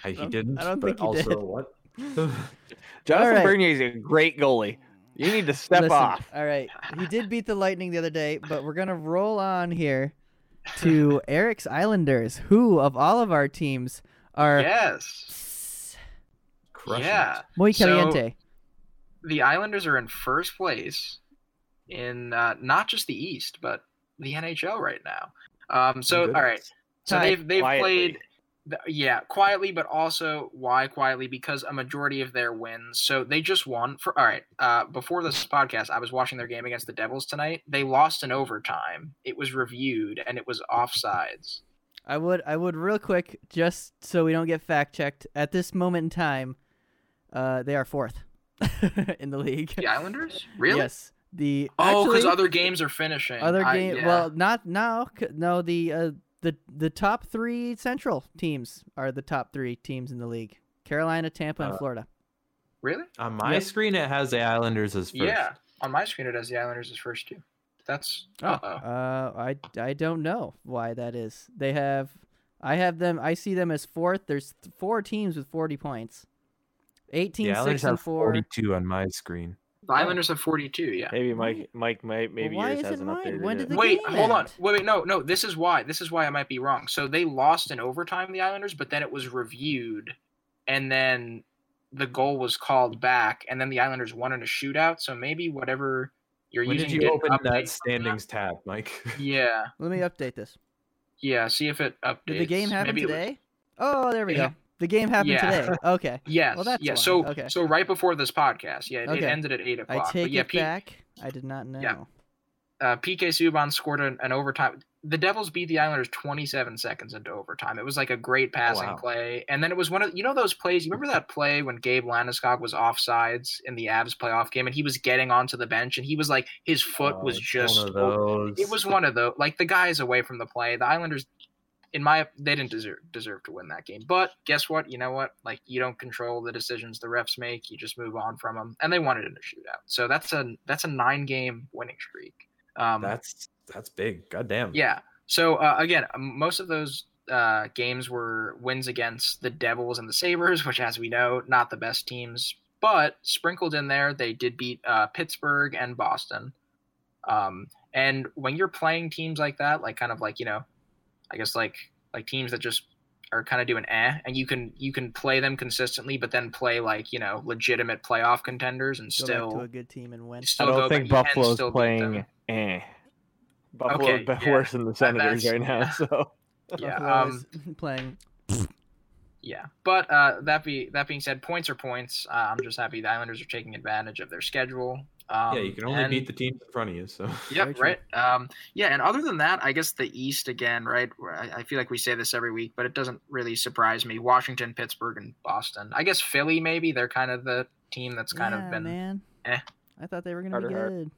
Speaker 1: I
Speaker 4: didn't.
Speaker 1: don't
Speaker 4: but
Speaker 1: think he
Speaker 4: also
Speaker 1: did.
Speaker 4: what?
Speaker 2: Jonathan
Speaker 1: right.
Speaker 2: Bernier's a great goalie. You need to step
Speaker 1: Listen,
Speaker 2: off.
Speaker 1: All right. He did beat the Lightning the other day, but we're going to roll on here to Eric's Islanders, who of all of our teams are
Speaker 3: yes.
Speaker 4: Crushing
Speaker 3: yeah.
Speaker 4: it.
Speaker 1: muy
Speaker 3: So-
Speaker 1: caliente.
Speaker 3: the Islanders are in first place in uh, not just the East, but the NHL right now. Um, so,
Speaker 4: Good.
Speaker 3: all right. So
Speaker 1: Ty,
Speaker 3: they've they've
Speaker 2: quietly.
Speaker 3: played, th- yeah, quietly, but also why quietly? Because a majority of their wins. So they just won for all right. Uh, before this podcast, I was watching their game against the Devils tonight. They lost in overtime. It was reviewed and it was offsides.
Speaker 1: I would I would real quick just so we don't get fact checked. At this moment in time, uh, they are fourth in the league.
Speaker 3: The Islanders, really?
Speaker 1: Yes. The
Speaker 3: Oh, because
Speaker 1: actually,
Speaker 3: other games are finishing.
Speaker 1: other
Speaker 3: I-
Speaker 1: game.
Speaker 3: yeah.
Speaker 1: Well, not now. c- No, the uh, the the top three Central teams are the top three teams in the league: Carolina, Tampa, and
Speaker 4: Uh,
Speaker 1: Florida.
Speaker 3: really?
Speaker 4: On my
Speaker 1: Yeah.
Speaker 4: screen, it has the Islanders as first.
Speaker 3: Yeah, on my screen it has the Islanders as first too. That's uh oh.
Speaker 1: Uh, I I don't know why that is. They have I have them. I see them as fourth. There's th- four teams with 40 points. 18,
Speaker 4: The
Speaker 1: 6,
Speaker 4: Islanders
Speaker 1: and
Speaker 4: have
Speaker 1: 4.
Speaker 4: 42 on my screen.
Speaker 3: The Islanders have 42, yeah.
Speaker 2: Maybe Mike, Mike, might maybe
Speaker 1: why
Speaker 2: yours
Speaker 1: isn't
Speaker 2: hasn't
Speaker 1: mine?
Speaker 2: updated
Speaker 1: When
Speaker 2: it.
Speaker 1: did the
Speaker 3: Wait,
Speaker 1: game
Speaker 3: hold on.
Speaker 1: end.
Speaker 3: Wait, wait, no, no. This is why. This is why I might be wrong. So they lost in overtime, the Islanders, but then it was reviewed, and then the goal was called back, and then the Islanders won in a shootout. So maybe whatever you're
Speaker 4: When
Speaker 3: using.
Speaker 4: did you
Speaker 3: didn't
Speaker 4: open
Speaker 3: update from
Speaker 4: that standings tab, Mike?
Speaker 3: Yeah,
Speaker 1: Let me update this.
Speaker 3: yeah. See if it updates.
Speaker 1: Did the game happen
Speaker 3: Maybe it was-
Speaker 1: today? Oh, there we
Speaker 3: Yeah.
Speaker 1: go. The game happened
Speaker 3: Yeah.
Speaker 1: today. Okay.
Speaker 3: Yes.
Speaker 1: Well, that's
Speaker 3: yeah.
Speaker 1: why.
Speaker 3: So
Speaker 1: Okay.
Speaker 3: so right before this podcast, yeah, it,
Speaker 1: Okay.
Speaker 3: it ended at eight
Speaker 1: I
Speaker 3: o'clock.
Speaker 1: take
Speaker 3: but yeah,
Speaker 1: it
Speaker 3: P-
Speaker 1: back. I did not know.
Speaker 3: uh, PK Subban scored an, an overtime. The Devils beat the Islanders 27 seconds into overtime. It was like a great passing
Speaker 4: wow.
Speaker 3: play, and then it was one of you know those plays. You remember that play when Gabe Landeskog was offsides in the Avs playoff game, and he was getting onto the bench, and he was like his foot
Speaker 4: Oh,
Speaker 3: was
Speaker 4: it's one
Speaker 3: just
Speaker 4: of those.
Speaker 3: it was one of those like the guys away from the play. The Islanders, in my they didn't deserve deserve to win that game, but guess what? You know what? Like you don't control the decisions the refs make. You just move on from them, and they won it in a shootout. So that's a that's a nine game winning streak. Um,
Speaker 4: That's that's big. God damn.
Speaker 3: yeah. So uh, again, um, most of those uh, games were wins against the Devils and the Sabers, which, as we know, not the best teams. But sprinkled in there, they did beat uh, Pittsburgh and Boston. Um, and when you're playing teams like that, like kind of like you know, I guess like like teams that just are kind of doing eh, and you can you can play them consistently, but then play like you know legitimate playoff contenders and
Speaker 1: Go
Speaker 3: still
Speaker 1: back to a good team and win.
Speaker 2: I
Speaker 3: still go
Speaker 2: don't
Speaker 3: back-
Speaker 2: think
Speaker 3: you can
Speaker 2: Buffalo's
Speaker 3: still beat
Speaker 2: playing.
Speaker 3: them.
Speaker 2: Eh. Buffalo's
Speaker 3: Okay,
Speaker 2: but
Speaker 3: yeah.
Speaker 2: worse than the Senators
Speaker 3: that's-
Speaker 2: right now.
Speaker 3: yeah.
Speaker 2: So
Speaker 3: Yeah,
Speaker 1: Buffalo
Speaker 3: um,
Speaker 1: is playing.
Speaker 3: Yeah, but uh, that be that being said, points are points. Uh, I'm just happy the Islanders are taking advantage of their schedule. Um,
Speaker 4: Yeah, you can only
Speaker 3: and-
Speaker 4: beat the teams in front of you. So
Speaker 1: Very
Speaker 3: Yep,
Speaker 1: true.
Speaker 3: right. Um, yeah, and other than that, I guess the East again, right? where I, I feel like we say this every week, but it doesn't really surprise me. Washington, Pittsburgh, and Boston. I guess Philly, maybe they're kind of the team that's kind
Speaker 1: Yeah,
Speaker 3: of been,
Speaker 1: man.
Speaker 3: eh.
Speaker 1: I thought they were gonna be
Speaker 2: Carter Hart.
Speaker 1: good.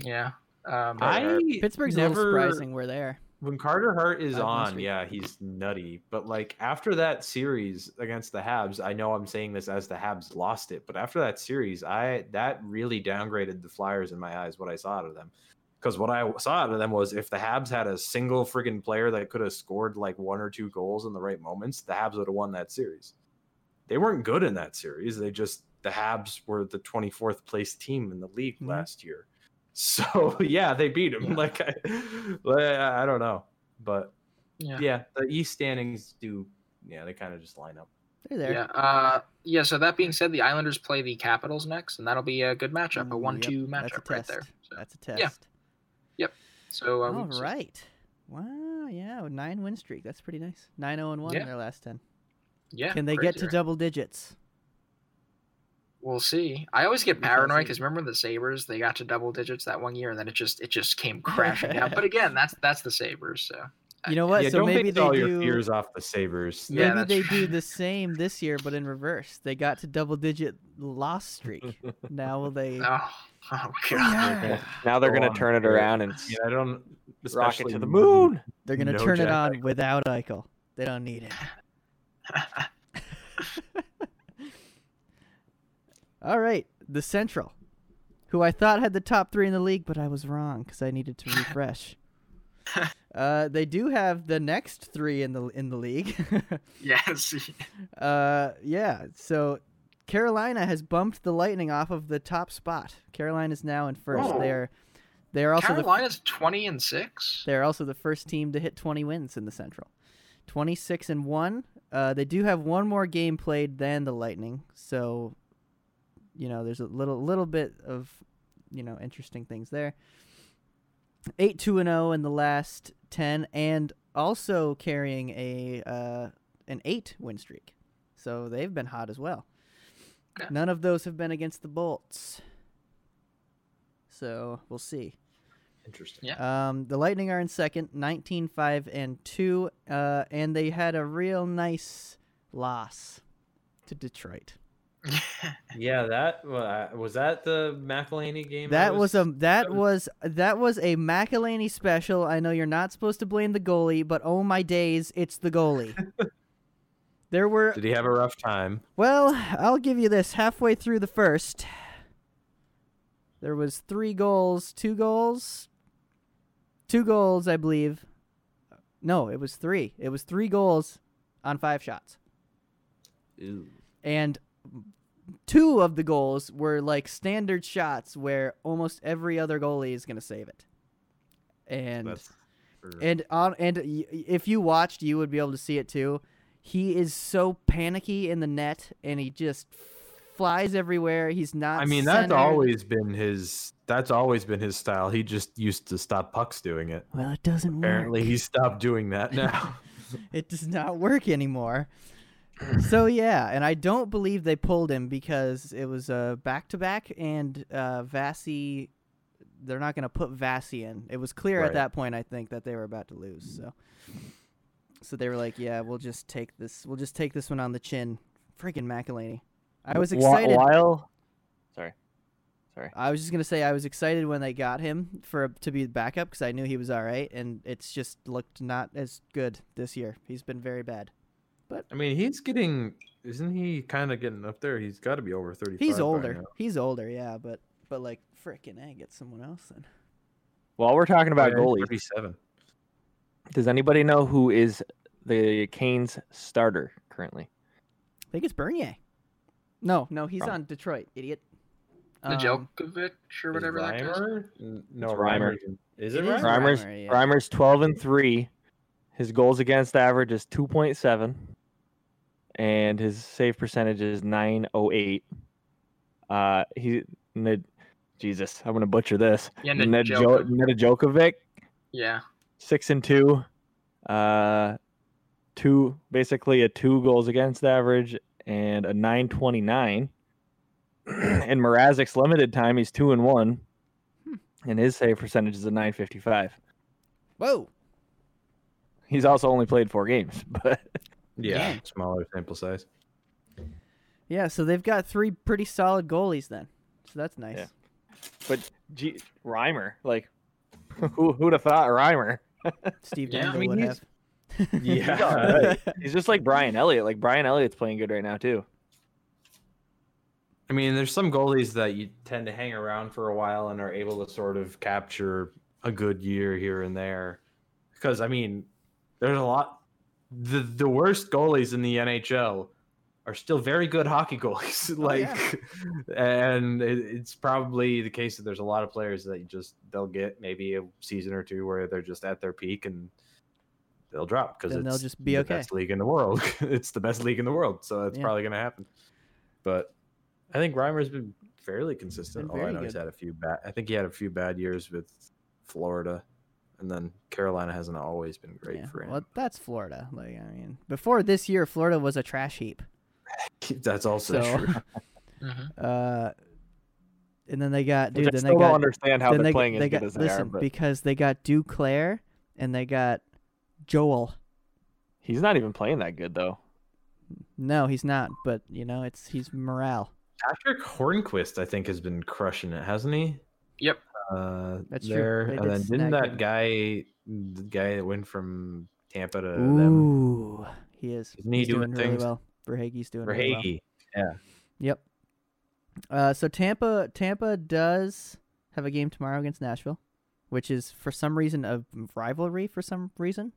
Speaker 3: yeah. Um,
Speaker 4: I
Speaker 1: Pittsburgh's a
Speaker 4: uh, never
Speaker 1: little surprising we're there.
Speaker 4: when Carter Hart is
Speaker 1: Five wins
Speaker 4: on,
Speaker 1: streak.
Speaker 4: yeah, he's nutty. But like after that series against the Habs, I know I'm saying this as the Habs lost it, but after that series, I that really downgraded the Flyers in my eyes. What I saw out of them, because what I saw out of them was if the Habs had a single friggin' player that could have scored like one or two goals in the right moments, the Habs would have won that series. They weren't good in that series. They just the Habs were the 24th place team in the league
Speaker 1: Mhm.
Speaker 4: last year. So yeah, they beat him.
Speaker 3: Yeah.
Speaker 4: Like I, like, I don't know, but
Speaker 3: yeah.
Speaker 4: yeah, the East standings do. Yeah, they kind of just line up.
Speaker 1: They're there.
Speaker 3: Yeah. Uh, yeah. So that being said, the Islanders play the Capitals next, and that'll be a good matchup, a
Speaker 1: Ooh,
Speaker 3: one-two
Speaker 1: Mm, yep, that's a
Speaker 3: matchup right there.
Speaker 1: test.
Speaker 3: So,
Speaker 1: That's a test.
Speaker 3: so uh,
Speaker 1: All
Speaker 3: we- so-
Speaker 1: right. Wow. Yeah. a Nine win streak. That's pretty nice. Nine zero and one
Speaker 3: Yeah.
Speaker 1: in their last ten.
Speaker 3: yeah.
Speaker 1: Can they get
Speaker 3: crazy,
Speaker 1: to
Speaker 3: right?
Speaker 1: double digits?
Speaker 3: We'll see. I always get
Speaker 1: We shall
Speaker 3: paranoid
Speaker 1: see.
Speaker 3: because remember the Sabers? They got to double digits that one year, and then it just it just came crashing down. But again, that's that's the Sabers. So
Speaker 1: You know what?
Speaker 4: yeah,
Speaker 1: so
Speaker 4: don't
Speaker 1: maybe
Speaker 4: base
Speaker 1: they
Speaker 4: all
Speaker 1: do.
Speaker 4: your fears off the Sabers.
Speaker 3: Uh, Yeah,
Speaker 1: maybe
Speaker 3: that's
Speaker 1: they
Speaker 3: true.
Speaker 1: do the same this year, but in reverse. They got to double digit loss streak. now will they?
Speaker 3: oh, oh god,
Speaker 1: Yeah.
Speaker 2: now they're
Speaker 4: Go
Speaker 2: gonna
Speaker 4: on,
Speaker 2: turn it
Speaker 4: Barrett.
Speaker 2: around and
Speaker 4: Yeah, I don't.
Speaker 2: rocket to
Speaker 4: especially
Speaker 2: the
Speaker 4: when-
Speaker 2: moon.
Speaker 1: They're gonna
Speaker 4: No
Speaker 1: turn it
Speaker 4: Jack
Speaker 1: on without Eichel. They don't need it. All right, the Central, who I thought had the top three in the league, but I was wrong because I needed to refresh. uh, they do have the next three in the in the league.
Speaker 3: yes,
Speaker 1: uh, yeah, so Carolina has bumped the Lightning off of the top spot. Carolina is now in first.
Speaker 3: Whoa.
Speaker 1: They are they are also
Speaker 3: Carolina's twenty and six.
Speaker 1: the they are also the first team to hit 20 wins in the Central. 26 and 1. Uh, they do have one more game played than the Lightning, so you know, there's a little little bit of you know, interesting things there. 8 2 and 0 in the last 10 and also carrying a uh, an 8 win streak. So they've been hot as well.
Speaker 3: Yeah.
Speaker 1: None of those have been against the Bolts. So, we'll see.
Speaker 4: Interesting.
Speaker 3: Yeah.
Speaker 1: Um, the Lightning are in second, 19 5 and 2. Uh, and they had a real nice loss to Detroit.
Speaker 4: Yeah, that wa- was that the McElhaney game. I
Speaker 1: That was a that
Speaker 4: that
Speaker 1: was that was a McElhaney special. I know you're not supposed to blame the goalie, but oh my days, it's the goalie. there were
Speaker 4: Did he have a rough time?
Speaker 1: well, I'll give you this. Halfway through the first, there was three goals, two goals, two goals, I believe. No, it was three. It was three goals on five shots and two of the goals were like standard shots where almost every other goalie is going to save it. And
Speaker 4: That's- or-
Speaker 1: and on and y- if you watched, you would be able to see it too. He is so panicky in the net, and he just flies everywhere. He's not.
Speaker 4: I mean, that's
Speaker 1: centered.
Speaker 4: always been his. That's always been his style. He just used to stop pucks doing it.
Speaker 1: Well, it doesn't
Speaker 4: Apparently,
Speaker 1: work.
Speaker 4: he stopped doing that
Speaker 1: Mm.
Speaker 4: now.
Speaker 1: It does not work anymore. so yeah, and I don't believe they pulled him because it was a back to back, and uh, Vasi. They're not going to put Vasi in. It was clear at
Speaker 4: Right.
Speaker 1: that point, I think, that they were about to lose. So, so they were like, "Yeah, we'll just take this. We'll just take this one on the chin." Freaking McElhaney. I was
Speaker 2: Wh-
Speaker 1: excited.
Speaker 2: While, sorry, sorry.
Speaker 1: I was just gonna say I was excited when they got him for to be the backup because I knew he was all right, and it's just looked not as good this year. He's been very bad.
Speaker 4: I mean, he's getting. Isn't he kind of getting up there? He's got to be over thirty.
Speaker 1: He's older. He's older, yeah, but but like frickin' I get someone else then.
Speaker 2: While we're talking about goalies,
Speaker 4: Thirty-seven.
Speaker 2: does anybody know who is the Canes starter currently?
Speaker 1: I think it's Bernier. No, no, he's
Speaker 2: Probably.
Speaker 1: on Detroit, idiot. Um,
Speaker 3: The Djokovic or
Speaker 4: Is
Speaker 3: whatever that is.
Speaker 4: Reimer? N- No,
Speaker 2: It's
Speaker 4: Reimer.
Speaker 2: Reimer.
Speaker 4: isn't- Is
Speaker 1: It
Speaker 4: it,
Speaker 1: is
Speaker 4: Reimer?
Speaker 2: Reimer's
Speaker 1: Reimer, yeah.
Speaker 2: Reimer's twelve and three. His goals against average is two point seven, and his save percentage is nine oh eight. Uh, he Ned, Jesus, I'm gonna butcher this.
Speaker 3: Yeah,
Speaker 2: Ned
Speaker 3: Nedjoko-
Speaker 2: Nedjokovic,
Speaker 3: Yeah.
Speaker 2: six and two, uh, two basically a two goals against average and a nine twenty nine. In Mrazek's limited time, he's two and one, and his save percentage is a nine fifty five.
Speaker 1: Whoa.
Speaker 2: He's also only played four games, but
Speaker 4: Yeah,
Speaker 1: Yeah.
Speaker 4: smaller sample size.
Speaker 1: Yeah, so they've got three pretty solid goalies then. So that's nice.
Speaker 2: Yeah. but gee, Reimer, like, who who'd have thought Reimer?
Speaker 1: Steve
Speaker 3: Yeah, I
Speaker 1: Dangle
Speaker 4: mean,
Speaker 1: would
Speaker 4: he's-
Speaker 1: have.
Speaker 4: Yeah.
Speaker 2: He's just like Brian Elliott. Like Brian Elliott's playing good right now too.
Speaker 4: I mean, there's some goalies that you tend to hang around for a while and are able to sort of capture a good year here and there. Because I mean, there's a lot. The the worst goalies in the NHL are still very good hockey
Speaker 1: Oh,
Speaker 4: goalies. like, and it, it's probably the case that there's a lot of players that you just they'll get maybe a season or two where they're just at their peak and they'll drop because
Speaker 1: Then
Speaker 4: it's
Speaker 1: they'll just be
Speaker 4: the
Speaker 1: okay.
Speaker 4: best league in the world. it's the best league in the world, so it's
Speaker 1: Yeah.
Speaker 4: probably going to happen. But I think Reimer's been fairly consistent.
Speaker 1: Been
Speaker 4: although I
Speaker 1: very
Speaker 4: know he's
Speaker 1: good.
Speaker 4: had a few bad. I think he had a few bad years with Florida, and then Carolina hasn't always been great
Speaker 1: Yeah.
Speaker 4: for him.
Speaker 1: Well, that's Florida. Like I mean, before this year, Florida was a trash heap.
Speaker 4: That's also
Speaker 1: So-
Speaker 4: true.
Speaker 3: hmm
Speaker 1: Uh, and then they got
Speaker 2: Which
Speaker 1: dude.
Speaker 2: I
Speaker 1: Then
Speaker 2: still
Speaker 1: they
Speaker 2: don't
Speaker 1: got
Speaker 2: understand how
Speaker 1: then
Speaker 2: they're
Speaker 1: they,
Speaker 2: playing
Speaker 1: they
Speaker 2: as
Speaker 1: got
Speaker 2: good as they
Speaker 1: listen
Speaker 2: are. But
Speaker 1: because they got Duclair and they got Joel.
Speaker 2: he's not even playing that good though.
Speaker 1: No, he's not. But you know, it's he's morale.
Speaker 4: Patrick Hornquist, I think, has been crushing it, hasn't he?
Speaker 3: Yep.
Speaker 4: Uh,
Speaker 1: That's true.
Speaker 4: there,
Speaker 1: They did
Speaker 4: and then didn't
Speaker 1: snag
Speaker 4: that
Speaker 1: him.
Speaker 4: guy, the guy that went from Tampa to Uh, them,
Speaker 1: Ooh, he is.
Speaker 4: Isn't he
Speaker 1: he's
Speaker 4: doing
Speaker 1: really
Speaker 4: things?
Speaker 1: well. Verhage's doing really well.
Speaker 4: Verhage?
Speaker 1: Yep. Uh, so Tampa, Tampa does have a game tomorrow against Nashville, which is for some reason a rivalry. For some reason,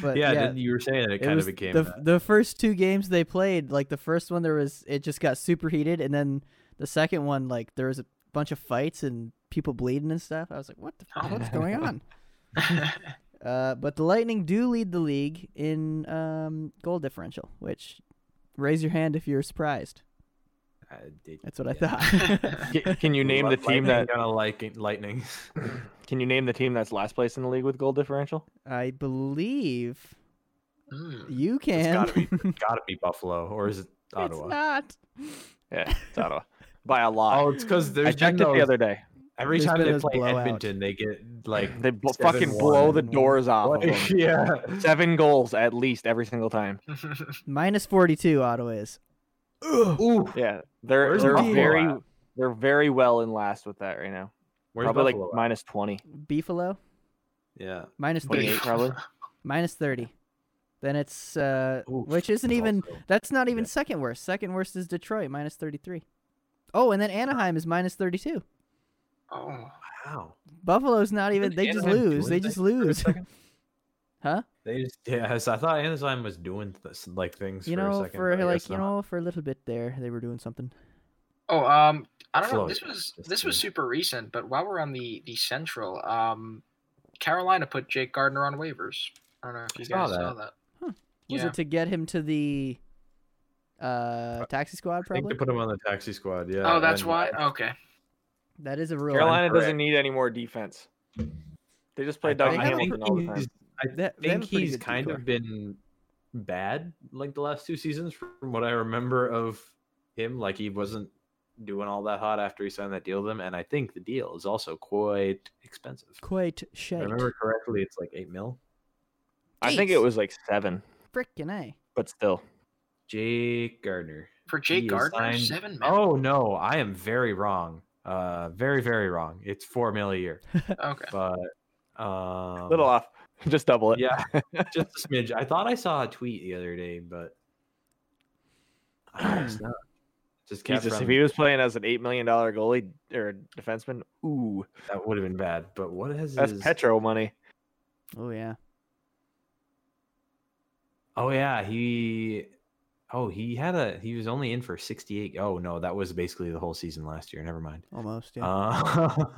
Speaker 1: But
Speaker 4: yeah, didn't- you were saying it,
Speaker 1: it
Speaker 4: kind
Speaker 1: was
Speaker 4: of became
Speaker 1: the
Speaker 4: that.
Speaker 1: the first two games they played. Like the first one, there was it just got super heated, and then the second one, like there was a bunch of fights and people bleeding and stuff. I was like, what the fuck? What's going on? Uh, but the Lightning do lead the league in um, goal differential, which raise your hand if you're surprised.
Speaker 4: I did-
Speaker 1: That's what I
Speaker 4: yeah.
Speaker 1: thought.
Speaker 2: Can, can you name the
Speaker 4: Li-
Speaker 2: team
Speaker 4: lightning
Speaker 2: that?
Speaker 4: gonna like uh, lightning.
Speaker 2: Can you name the team that's last place in the league with goal differential?
Speaker 1: I believe
Speaker 3: Hmm.
Speaker 1: you
Speaker 4: It's
Speaker 1: can.
Speaker 4: gotta be gotta be Buffalo, or is it Ottawa?
Speaker 1: It's not.
Speaker 2: Yeah, it's Ottawa by a lot.
Speaker 4: Oh, it's because
Speaker 2: I
Speaker 4: there's been
Speaker 2: checked it the
Speaker 4: those-
Speaker 2: other day.
Speaker 4: every
Speaker 1: There's
Speaker 4: time
Speaker 1: been
Speaker 4: they
Speaker 1: those
Speaker 4: play
Speaker 1: blowouts.
Speaker 4: Edmonton, they get like
Speaker 2: They bl-
Speaker 4: seven
Speaker 2: fucking
Speaker 4: one.
Speaker 2: blow the doors off. Of
Speaker 4: Like,
Speaker 2: them.
Speaker 4: yeah,
Speaker 2: Seven goals at least every single time.
Speaker 1: Minus 42, Ottawa is.
Speaker 4: Ooh,
Speaker 2: Yeah, they're
Speaker 4: Where's
Speaker 2: they're
Speaker 1: Buffalo
Speaker 2: very
Speaker 4: at?
Speaker 2: they're very well in last with that right now.
Speaker 4: where's
Speaker 2: probably
Speaker 4: Buffalo
Speaker 2: like
Speaker 4: at?
Speaker 2: minus twenty.
Speaker 1: Beefalo,
Speaker 4: Yeah,
Speaker 1: minus 30.
Speaker 2: 28 probably.
Speaker 1: Minus 30. Then it's, uh,
Speaker 4: Ooh,
Speaker 1: which isn't
Speaker 4: that's
Speaker 1: even,
Speaker 4: also-
Speaker 1: that's not even
Speaker 4: yeah.
Speaker 1: second worst. Second worst is Detroit, minus 33. Oh, and then Anaheim is minus 32.
Speaker 3: Oh,
Speaker 4: wow.
Speaker 1: Buffalo's not even,
Speaker 4: Didn't
Speaker 1: they just
Speaker 4: Anaheim
Speaker 1: lose.
Speaker 4: join
Speaker 1: They
Speaker 4: that
Speaker 1: just
Speaker 4: for a
Speaker 1: lose.
Speaker 4: second?
Speaker 1: Huh?
Speaker 4: They just yeah. So I thought Anaheim was doing this, like things.
Speaker 1: You
Speaker 4: for a
Speaker 1: know,
Speaker 4: second,
Speaker 1: for
Speaker 4: but I
Speaker 1: like,
Speaker 4: guess
Speaker 1: you
Speaker 4: not.
Speaker 1: know, for a little bit there, they were doing something.
Speaker 3: oh, um, I don't know.
Speaker 4: Florida,
Speaker 3: This was
Speaker 4: just
Speaker 3: this was
Speaker 4: to-
Speaker 3: super recent, but while we're on the the Central, um, Carolina put Jake Gardner on waivers. I don't know if you
Speaker 4: saw
Speaker 3: guys
Speaker 4: that.
Speaker 3: saw that.
Speaker 1: Huh. Was
Speaker 3: Yeah.
Speaker 1: it to get him to the, uh, taxi squad,
Speaker 4: I think
Speaker 1: probably?
Speaker 4: they put him on the taxi squad. Yeah.
Speaker 3: oh, that's
Speaker 4: and
Speaker 3: why. Okay.
Speaker 1: That is a real.
Speaker 2: Carolina
Speaker 4: Correct.
Speaker 2: doesn't need any more defense. They just play
Speaker 4: I
Speaker 2: Doug
Speaker 4: think- I
Speaker 2: Hamilton all the
Speaker 4: think
Speaker 2: time.
Speaker 4: he's- I
Speaker 1: They- they have
Speaker 4: think
Speaker 1: a pretty
Speaker 4: he's
Speaker 1: good
Speaker 4: kind
Speaker 1: decor.
Speaker 4: of been bad like the last two seasons from what I remember of him. Like he wasn't doing all that hot after he signed that deal with them, and I think the deal is also quite expensive. If
Speaker 1: Quite
Speaker 4: I
Speaker 1: shaped.
Speaker 4: remember correctly, it's like eight mil.
Speaker 2: I think it
Speaker 1: Jeez.
Speaker 2: was like seven,
Speaker 1: Frickin' A.
Speaker 2: but still.
Speaker 4: Jake Gardner.
Speaker 3: For Jake
Speaker 4: is
Speaker 3: Gardner,
Speaker 4: signed-
Speaker 3: seven mil.
Speaker 4: Oh no, I am very wrong. Uh, very very wrong. It's four mil a year,
Speaker 3: Okay.
Speaker 4: but um,
Speaker 2: little off. Just double it.
Speaker 4: yeah, just a smidge. I thought I saw a tweet the other day, but I guess not. Just kept
Speaker 2: Jesus, if
Speaker 4: running.
Speaker 2: he was playing as an eight million dollar goalie or defenseman, ooh,
Speaker 4: that would have been bad. But what has
Speaker 2: that's
Speaker 4: his?
Speaker 2: Petro money.
Speaker 1: Oh yeah.
Speaker 4: oh yeah, he. Oh, he had a. He was only in for sixty-eight. Oh no, that was basically the whole season last year. Never mind.
Speaker 1: Almost, yeah.
Speaker 4: Uh,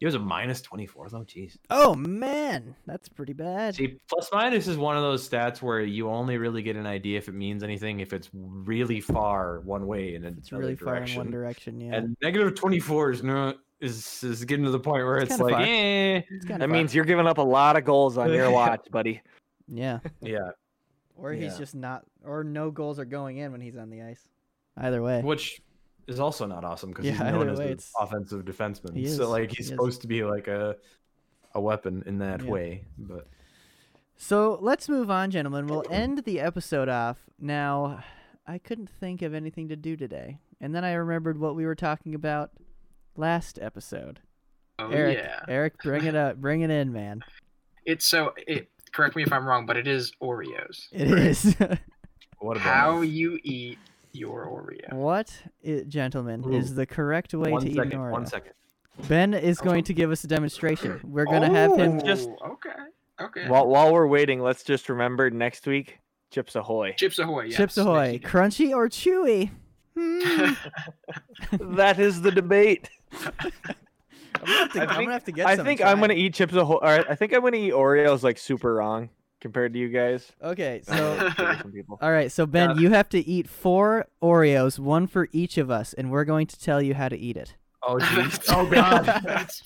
Speaker 4: he was a minus twenty-four though. Jeez.
Speaker 1: oh man, that's pretty bad.
Speaker 4: See, plus minus is one of those stats where you only really get an idea if it means anything if it's really far one way in
Speaker 1: If
Speaker 4: another
Speaker 1: it's really far in
Speaker 4: direction.
Speaker 1: one direction, yeah.
Speaker 4: And negative twenty four is no is is getting to the point where
Speaker 1: It's
Speaker 4: it's,
Speaker 1: kinda
Speaker 4: like,
Speaker 1: far.
Speaker 4: eh.
Speaker 1: It's kinda far.
Speaker 2: That means you're giving up a lot of goals on your
Speaker 4: Yeah.
Speaker 2: watch, buddy.
Speaker 1: yeah.
Speaker 4: yeah.
Speaker 1: Or he's
Speaker 4: Yeah.
Speaker 1: just not, or no goals are going in when he's on the ice. Either way,
Speaker 4: Which is also not awesome because he's
Speaker 1: Yeah,
Speaker 4: known
Speaker 1: either
Speaker 4: as
Speaker 1: way,
Speaker 4: an
Speaker 1: it's-
Speaker 4: offensive defenseman.
Speaker 1: He is,
Speaker 4: So like he's
Speaker 1: he is.
Speaker 4: supposed to be like a a weapon in that
Speaker 1: Yeah.
Speaker 4: way. But
Speaker 1: So let's move on, gentlemen. We'll end the episode off. Now, I couldn't think of anything to do today. And then I remembered what we were talking about last episode.
Speaker 3: Oh
Speaker 1: Eric,
Speaker 3: yeah.
Speaker 1: Eric, bring it up. Bring it in, man.
Speaker 3: It's so. It, correct me if I'm wrong, but it is Oreos.
Speaker 1: It is.
Speaker 4: what about
Speaker 3: How you eat your Oreo?
Speaker 1: what, i gentlemen, is
Speaker 4: Ooh.
Speaker 1: the correct way
Speaker 4: one
Speaker 1: to eat an
Speaker 4: second?
Speaker 1: Oreo?
Speaker 4: One second.
Speaker 1: Ben is going to give us a demonstration. We're going to have him.
Speaker 3: Oh,
Speaker 2: just-
Speaker 3: okay. Okay.
Speaker 2: While while we're waiting, let's just remember next week, Chips Ahoy.
Speaker 3: Chips Ahoy. Yes.
Speaker 1: Chips Ahoy,
Speaker 3: Nicky.
Speaker 1: crunchy or chewy? Hmm.
Speaker 2: that is the debate.
Speaker 1: I'm, gonna have to,
Speaker 2: I
Speaker 1: I'm gonna
Speaker 2: think-
Speaker 1: have to get
Speaker 2: I
Speaker 1: some
Speaker 2: think
Speaker 1: and
Speaker 2: I'm
Speaker 1: try
Speaker 2: gonna
Speaker 1: it.
Speaker 2: eat Chips Ahoy. Or I think I'm gonna eat Oreos like super wrong compared to you guys.
Speaker 1: Okay, so
Speaker 2: I don't know, maybe some people.
Speaker 1: all right, so Ben, you have to eat four Oreos, one for each of us, and we're going to tell you how to eat it.
Speaker 4: Oh jeez. oh god.
Speaker 3: That's-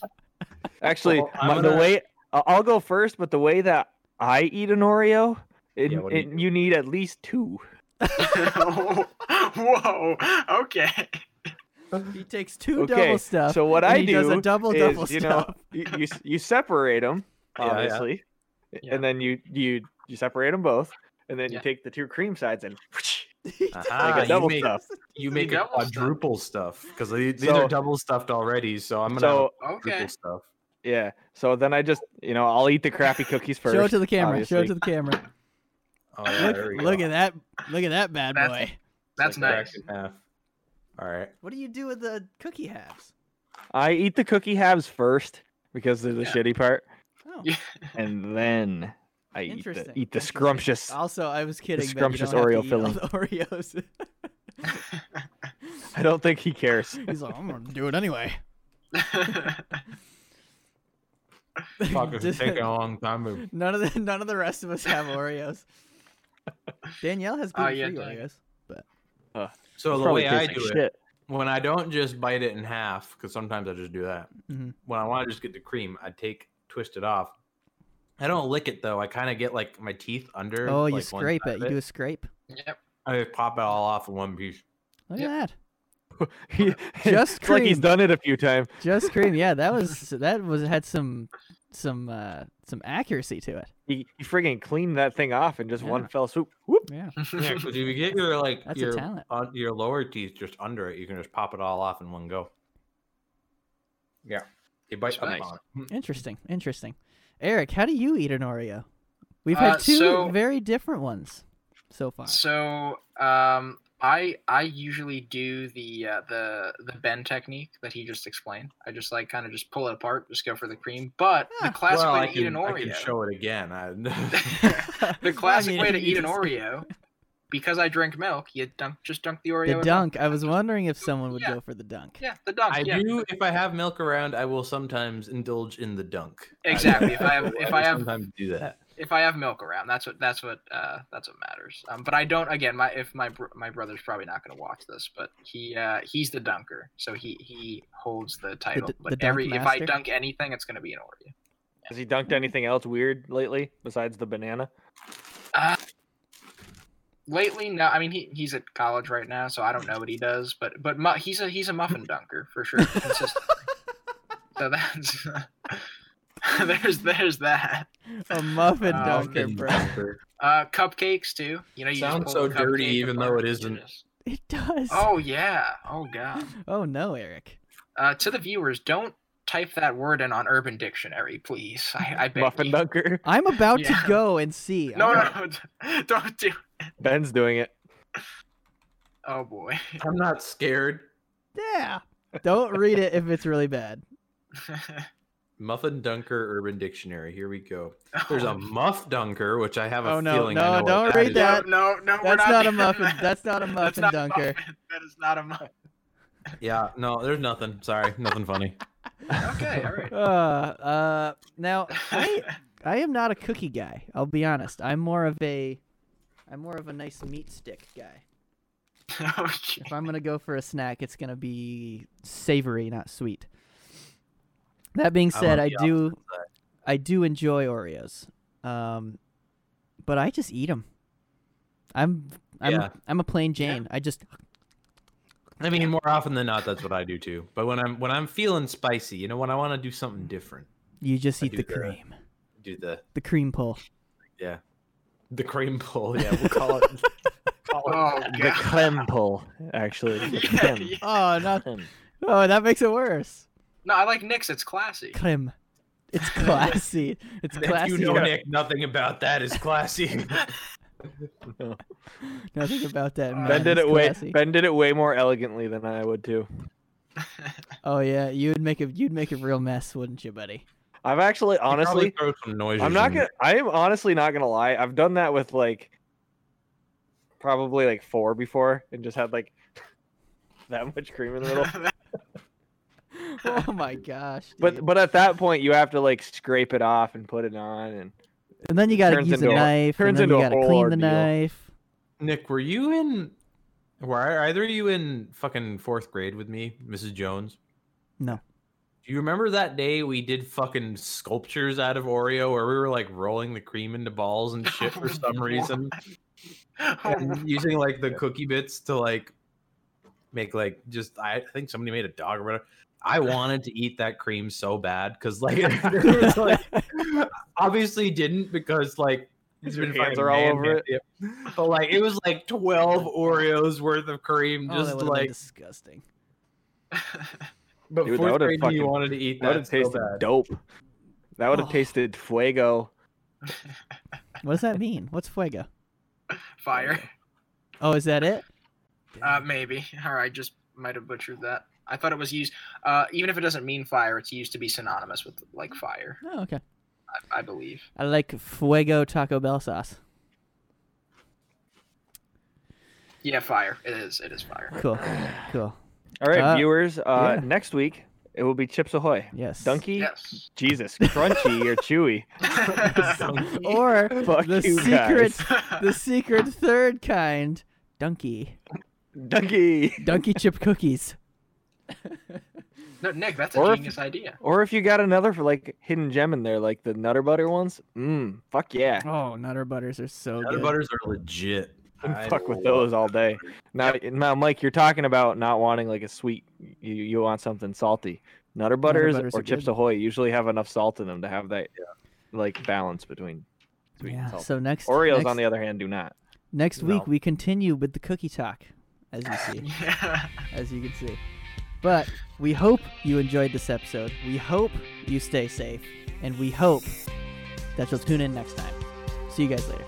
Speaker 2: Actually,
Speaker 4: Well, I'm
Speaker 2: my- the
Speaker 4: gonna-
Speaker 2: way I- I'll go first, but the way that I eat an Oreo, it,
Speaker 4: Yeah, what do you
Speaker 2: it-
Speaker 4: do?
Speaker 2: you need at least two.
Speaker 3: Whoa. Okay.
Speaker 1: He takes two
Speaker 2: okay,
Speaker 1: double stuff.
Speaker 2: so what
Speaker 1: and
Speaker 2: I
Speaker 1: he
Speaker 2: do
Speaker 1: does a double
Speaker 2: is,
Speaker 1: double
Speaker 2: you know,
Speaker 1: stuff.
Speaker 2: you, you s- you separate them,
Speaker 4: Yeah, yeah.
Speaker 2: obviously, a-
Speaker 3: Yeah.
Speaker 2: and then you you you separate them both, and then
Speaker 3: Yeah.
Speaker 2: you take the two cream sides and
Speaker 1: He does-
Speaker 4: Aha,
Speaker 2: like a
Speaker 4: you
Speaker 2: double
Speaker 4: make-
Speaker 2: stuff.
Speaker 4: You make a
Speaker 3: double stuff.
Speaker 4: quadruple stuff because these
Speaker 2: So-
Speaker 4: are double stuffed already. So I'm gonna have
Speaker 2: So
Speaker 3: Okay.
Speaker 4: quadruple stuff.
Speaker 2: yeah, so then I just you know I'll eat the crappy cookies first.
Speaker 1: Show it to the camera. Show it to
Speaker 2: obviously.
Speaker 1: the camera.
Speaker 4: Oh,
Speaker 1: Look,
Speaker 4: there we
Speaker 1: look
Speaker 4: go.
Speaker 1: at that. Look at that bad
Speaker 3: That's-
Speaker 1: boy.
Speaker 3: That's
Speaker 4: Like
Speaker 3: nice.
Speaker 4: crack in half. All right.
Speaker 1: What do you do with the cookie halves?
Speaker 2: I eat the cookie halves first because they're the
Speaker 3: Yeah.
Speaker 2: shitty part,
Speaker 1: Oh,
Speaker 3: Yeah.
Speaker 2: and then I eat the
Speaker 1: Interesting.
Speaker 2: eat the
Speaker 1: Interesting.
Speaker 2: scrumptious.
Speaker 1: Also, I was kidding. that you
Speaker 2: scrumptious
Speaker 1: don't have to
Speaker 2: Oreo
Speaker 1: eat all
Speaker 2: filling.
Speaker 1: the Oreos.
Speaker 2: I don't think he cares.
Speaker 1: He's like, I'm gonna do it anyway.
Speaker 4: Fuckers
Speaker 1: Just-
Speaker 4: take a long time. to-
Speaker 1: none of the none of the rest of us have Oreos. Danielle has
Speaker 3: Oh,
Speaker 2: Ah,
Speaker 1: gluten free
Speaker 3: yeah, Danielle.
Speaker 1: Oreos.
Speaker 4: So the
Speaker 2: Probably
Speaker 4: way I do
Speaker 2: tastes like
Speaker 4: it,
Speaker 2: shit.
Speaker 4: when I don't just bite it in half, because sometimes I just do that.
Speaker 1: Mhm.
Speaker 4: When I want to just get the cream, I take twist it off. I don't lick it though. I kind of get like my teeth under.
Speaker 1: Oh, you
Speaker 4: like, one
Speaker 1: scrape
Speaker 4: side
Speaker 1: it.
Speaker 4: of
Speaker 1: You do a scrape.
Speaker 3: yep.
Speaker 4: I just pop it all off in one piece.
Speaker 1: Look
Speaker 3: Yep.
Speaker 1: at
Speaker 2: He-
Speaker 1: Just
Speaker 2: it's like he's
Speaker 1: cream.
Speaker 2: done it a few times.
Speaker 1: that. Just cream. Yeah, that was that was had some some uh some accuracy to it.
Speaker 2: He, he friggin' cleaned that thing off in just
Speaker 1: Yeah.
Speaker 2: one fell swoop. Whoop.
Speaker 1: Yeah,
Speaker 4: Yeah, because if you get your like
Speaker 1: That's a
Speaker 4: your
Speaker 1: talent.
Speaker 4: un- your lower teeth just under it, you can just pop it all off in one go. Yeah, you bite up
Speaker 3: Nice.
Speaker 4: on it.
Speaker 1: interesting, interesting. Eric, how do you eat an Oreo? We've
Speaker 3: Uh,
Speaker 1: had two
Speaker 3: so-
Speaker 1: very different ones so far.
Speaker 3: So um, I I usually do the uh, the the bend technique that he just explained. I just like kind of just pull it apart, just go for the cream. But
Speaker 1: Huh.
Speaker 3: the classic
Speaker 4: Ah,
Speaker 3: way
Speaker 4: well, I
Speaker 3: to
Speaker 4: can,
Speaker 3: eat an
Speaker 4: I can
Speaker 3: Oreo,
Speaker 4: show it again. I,
Speaker 1: I
Speaker 3: the classic
Speaker 1: mean,
Speaker 3: way to
Speaker 1: you
Speaker 3: eat an
Speaker 1: just-
Speaker 3: Oreo, because I drink milk, you dunk just dunk the Oreo. in
Speaker 1: The
Speaker 3: milk.
Speaker 1: dunk. I was wondering if someone would
Speaker 3: Yeah.
Speaker 1: go for the dunk.
Speaker 3: Yeah, the dunk.
Speaker 4: I
Speaker 3: yeah.
Speaker 4: do. If I have milk around, I will sometimes indulge in the dunk. I-
Speaker 3: Exactly, if I have-
Speaker 4: will-
Speaker 3: if
Speaker 4: will
Speaker 3: I have-
Speaker 4: sometimes do that.
Speaker 3: if I have milk around, that's what that's what uh, that's what matters. Um, but I don't. Again, my if my br- my brother's probably not going to watch this, but he uh, he's the dunker, so he he holds the title.
Speaker 1: d- the
Speaker 3: but
Speaker 1: dunk
Speaker 3: every if I
Speaker 1: master?
Speaker 3: dunk anything, it's going to be an Oreo.
Speaker 2: Has he dunked anything else weird lately besides the banana?
Speaker 3: Lately, no. I mean, he, he's at college right now, so I don't know what he does. But but mu- he's a he's a muffin dunker for sure. consistently. so that's there's there's that.
Speaker 1: A muffin
Speaker 3: Um,
Speaker 1: uh, dunker,
Speaker 4: Fucking
Speaker 1: bro.
Speaker 4: dunker.
Speaker 3: Uh, cupcakes too. You know, you just
Speaker 4: Sounds
Speaker 3: pull
Speaker 4: so
Speaker 3: the
Speaker 4: dirty,
Speaker 3: cupcake
Speaker 4: even though
Speaker 3: apart,
Speaker 4: it
Speaker 3: you
Speaker 4: isn't.
Speaker 3: just-
Speaker 1: It does.
Speaker 3: Oh yeah. Oh god.
Speaker 1: Oh, no, Eric.
Speaker 3: uh, to the viewers, don't type that word in on Urban Dictionary, please. I, I beg
Speaker 2: Muffin
Speaker 3: you.
Speaker 2: dunker.
Speaker 1: I'm about
Speaker 3: Yeah.
Speaker 1: to go and see.
Speaker 3: No,
Speaker 1: I'm
Speaker 3: no,
Speaker 1: like,
Speaker 3: no, don't do.
Speaker 2: Ben's doing it.
Speaker 3: Oh boy.
Speaker 4: I'm not scared.
Speaker 1: Yeah. Don't read it if it's really bad.
Speaker 4: Muffin dunker urban dictionary. Here we go. There's
Speaker 3: Oh,
Speaker 4: a muff dunker, which I have a
Speaker 1: Oh, no,
Speaker 4: feeling.
Speaker 1: no,
Speaker 4: I know
Speaker 1: don't
Speaker 4: what
Speaker 1: read
Speaker 4: is.
Speaker 1: that.
Speaker 3: No, no, no, we're
Speaker 1: That's not a
Speaker 3: doing
Speaker 1: muffin.
Speaker 3: that.
Speaker 1: That's not a muffin
Speaker 3: not
Speaker 1: dunker.
Speaker 3: muffin. That is not a muffin.
Speaker 4: Yeah, no, there's nothing. Sorry, nothing funny.
Speaker 3: Okay, all right.
Speaker 1: Uh, uh, now I I am not a cookie guy. I'll be honest. I'm more of a I'm more of a nice meat stick guy.
Speaker 3: okay.
Speaker 1: If I'm gonna go for a snack, it's gonna be savory, not sweet. That being
Speaker 4: I'm
Speaker 1: said,
Speaker 4: on
Speaker 1: I
Speaker 4: the
Speaker 1: do
Speaker 4: opposite side.
Speaker 1: I do enjoy Oreos, um, but I just eat them. I'm I'm
Speaker 4: Yeah.
Speaker 1: I'm a plain Jane. I just
Speaker 4: I mean, more often than not, that's what I do too. But when I'm when I'm feeling spicy, you know, when I want to do something different,
Speaker 1: you just
Speaker 4: I
Speaker 1: eat
Speaker 4: do
Speaker 1: the
Speaker 4: the-
Speaker 1: cream,
Speaker 4: do the
Speaker 1: the cream pull.
Speaker 4: the cream pull. Yeah, we'll call it.
Speaker 3: Oh
Speaker 2: The
Speaker 3: god.
Speaker 2: clem pull, actually. The
Speaker 3: Yeah,
Speaker 2: clem.
Speaker 3: yeah.
Speaker 1: Oh, not
Speaker 2: Clem.
Speaker 1: oh, that makes it worse.
Speaker 3: No, I like Nick's. It's classy.
Speaker 1: Creme. It's classy. It's
Speaker 4: if
Speaker 1: classy.
Speaker 4: you know, Nick, nothing about that is classy.
Speaker 1: Nothing about that.
Speaker 3: Ben
Speaker 1: man.
Speaker 2: Ben did
Speaker 1: It's
Speaker 2: it way
Speaker 1: classy.
Speaker 2: Ben did it way more elegantly than I would too.
Speaker 1: Oh yeah, you'd make a you'd make a real mess, wouldn't you, buddy?
Speaker 2: I've actually honestly
Speaker 4: throw some noise.
Speaker 2: I'm not gonna I am honestly not gonna lie. I've done that with like probably like four before and just had like that much cream in the middle.
Speaker 1: Oh my gosh. dude.
Speaker 2: But but at that point you have to like scrape it off and put it on and
Speaker 1: and then you gotta
Speaker 2: turns
Speaker 1: use a
Speaker 2: into a-
Speaker 1: knife.
Speaker 2: turns
Speaker 1: and then you
Speaker 2: into a
Speaker 1: gotta
Speaker 2: whole
Speaker 1: clean the
Speaker 2: ordeal.
Speaker 1: knife.
Speaker 4: Nick, were you in? Were either of you in fucking fourth grade with me, Mrs. Jones?
Speaker 1: No.
Speaker 4: Do you remember that day we did fucking sculptures out of Oreo, where we were like rolling the cream into balls and shit for some reason,
Speaker 3: oh,
Speaker 4: and using like the cookie bits to like make like just I think somebody made a dog or whatever. I wanted to eat that cream so bad because like, there was, like obviously didn't because like it's
Speaker 2: Your
Speaker 4: been
Speaker 2: hands
Speaker 4: fucking
Speaker 2: are all
Speaker 4: man
Speaker 2: over it.
Speaker 4: handed. But like it was like twelve Oreos worth of cream,
Speaker 1: oh, that
Speaker 4: just
Speaker 1: would've been
Speaker 4: like.
Speaker 1: disgusting.
Speaker 4: But
Speaker 2: Dude, that
Speaker 4: fourth
Speaker 2: would've
Speaker 4: grade, me, you
Speaker 2: fucking-
Speaker 4: wanted to eat
Speaker 2: that would
Speaker 4: that
Speaker 2: have
Speaker 4: so
Speaker 2: tasted
Speaker 4: bad.
Speaker 2: dope. That would have
Speaker 1: Oh.
Speaker 2: tasted fuego.
Speaker 1: What does that mean? What's fuego?
Speaker 3: Fire.
Speaker 1: Oh, is that it?
Speaker 3: Uh, maybe. Or I just might have butchered that. I thought it was used. Uh, even if it doesn't mean fire, it's used to be synonymous with like fire.
Speaker 1: Oh, okay.
Speaker 3: I, I believe.
Speaker 1: I like Fuego Taco Bell sauce.
Speaker 3: Yeah, fire. It is. It is fire.
Speaker 1: Cool, cool.
Speaker 2: All right,
Speaker 1: Uh,
Speaker 2: viewers. Uh,
Speaker 1: yeah.
Speaker 2: Next week it will be Chips Ahoy.
Speaker 1: Yes.
Speaker 2: Dunky,
Speaker 3: Yes.
Speaker 2: Jesus, crunchy or chewy?
Speaker 1: Or
Speaker 2: Fuck
Speaker 1: the
Speaker 2: you
Speaker 1: secret,
Speaker 2: guys.
Speaker 1: the secret third kind, Dunky,
Speaker 2: Dunky.
Speaker 1: Dunky chip cookies.
Speaker 3: no, Nick, that's a
Speaker 2: Or if-
Speaker 3: genius idea.
Speaker 2: Or if you got another for like hidden gem in there, like the Nutter Butter ones, mmm, fuck yeah.
Speaker 1: Oh, Nutter Butters are so
Speaker 4: Nutter
Speaker 1: good.
Speaker 4: butters are legit. I
Speaker 2: I'd fuck with
Speaker 4: love
Speaker 2: those all
Speaker 4: Nutter
Speaker 2: day.
Speaker 4: Butter.
Speaker 2: Now, now, Mike, you're talking about not wanting like a sweet. You, you want something salty. Nutter Butters,
Speaker 1: Butters
Speaker 2: or
Speaker 1: are
Speaker 2: Chips
Speaker 1: good.
Speaker 2: Ahoy usually have enough salt in them to have that like balance between sweet and
Speaker 1: Yeah.
Speaker 2: salty.
Speaker 1: So next
Speaker 2: Oreos,
Speaker 1: next,
Speaker 2: on the other hand, do not.
Speaker 1: next week
Speaker 4: No.
Speaker 1: we continue with the cookie talk, as you see.
Speaker 3: Yeah.
Speaker 1: as you can see. But we hope you enjoyed this episode. We hope you stay safe. And we hope that you'll tune in next time. See you guys later.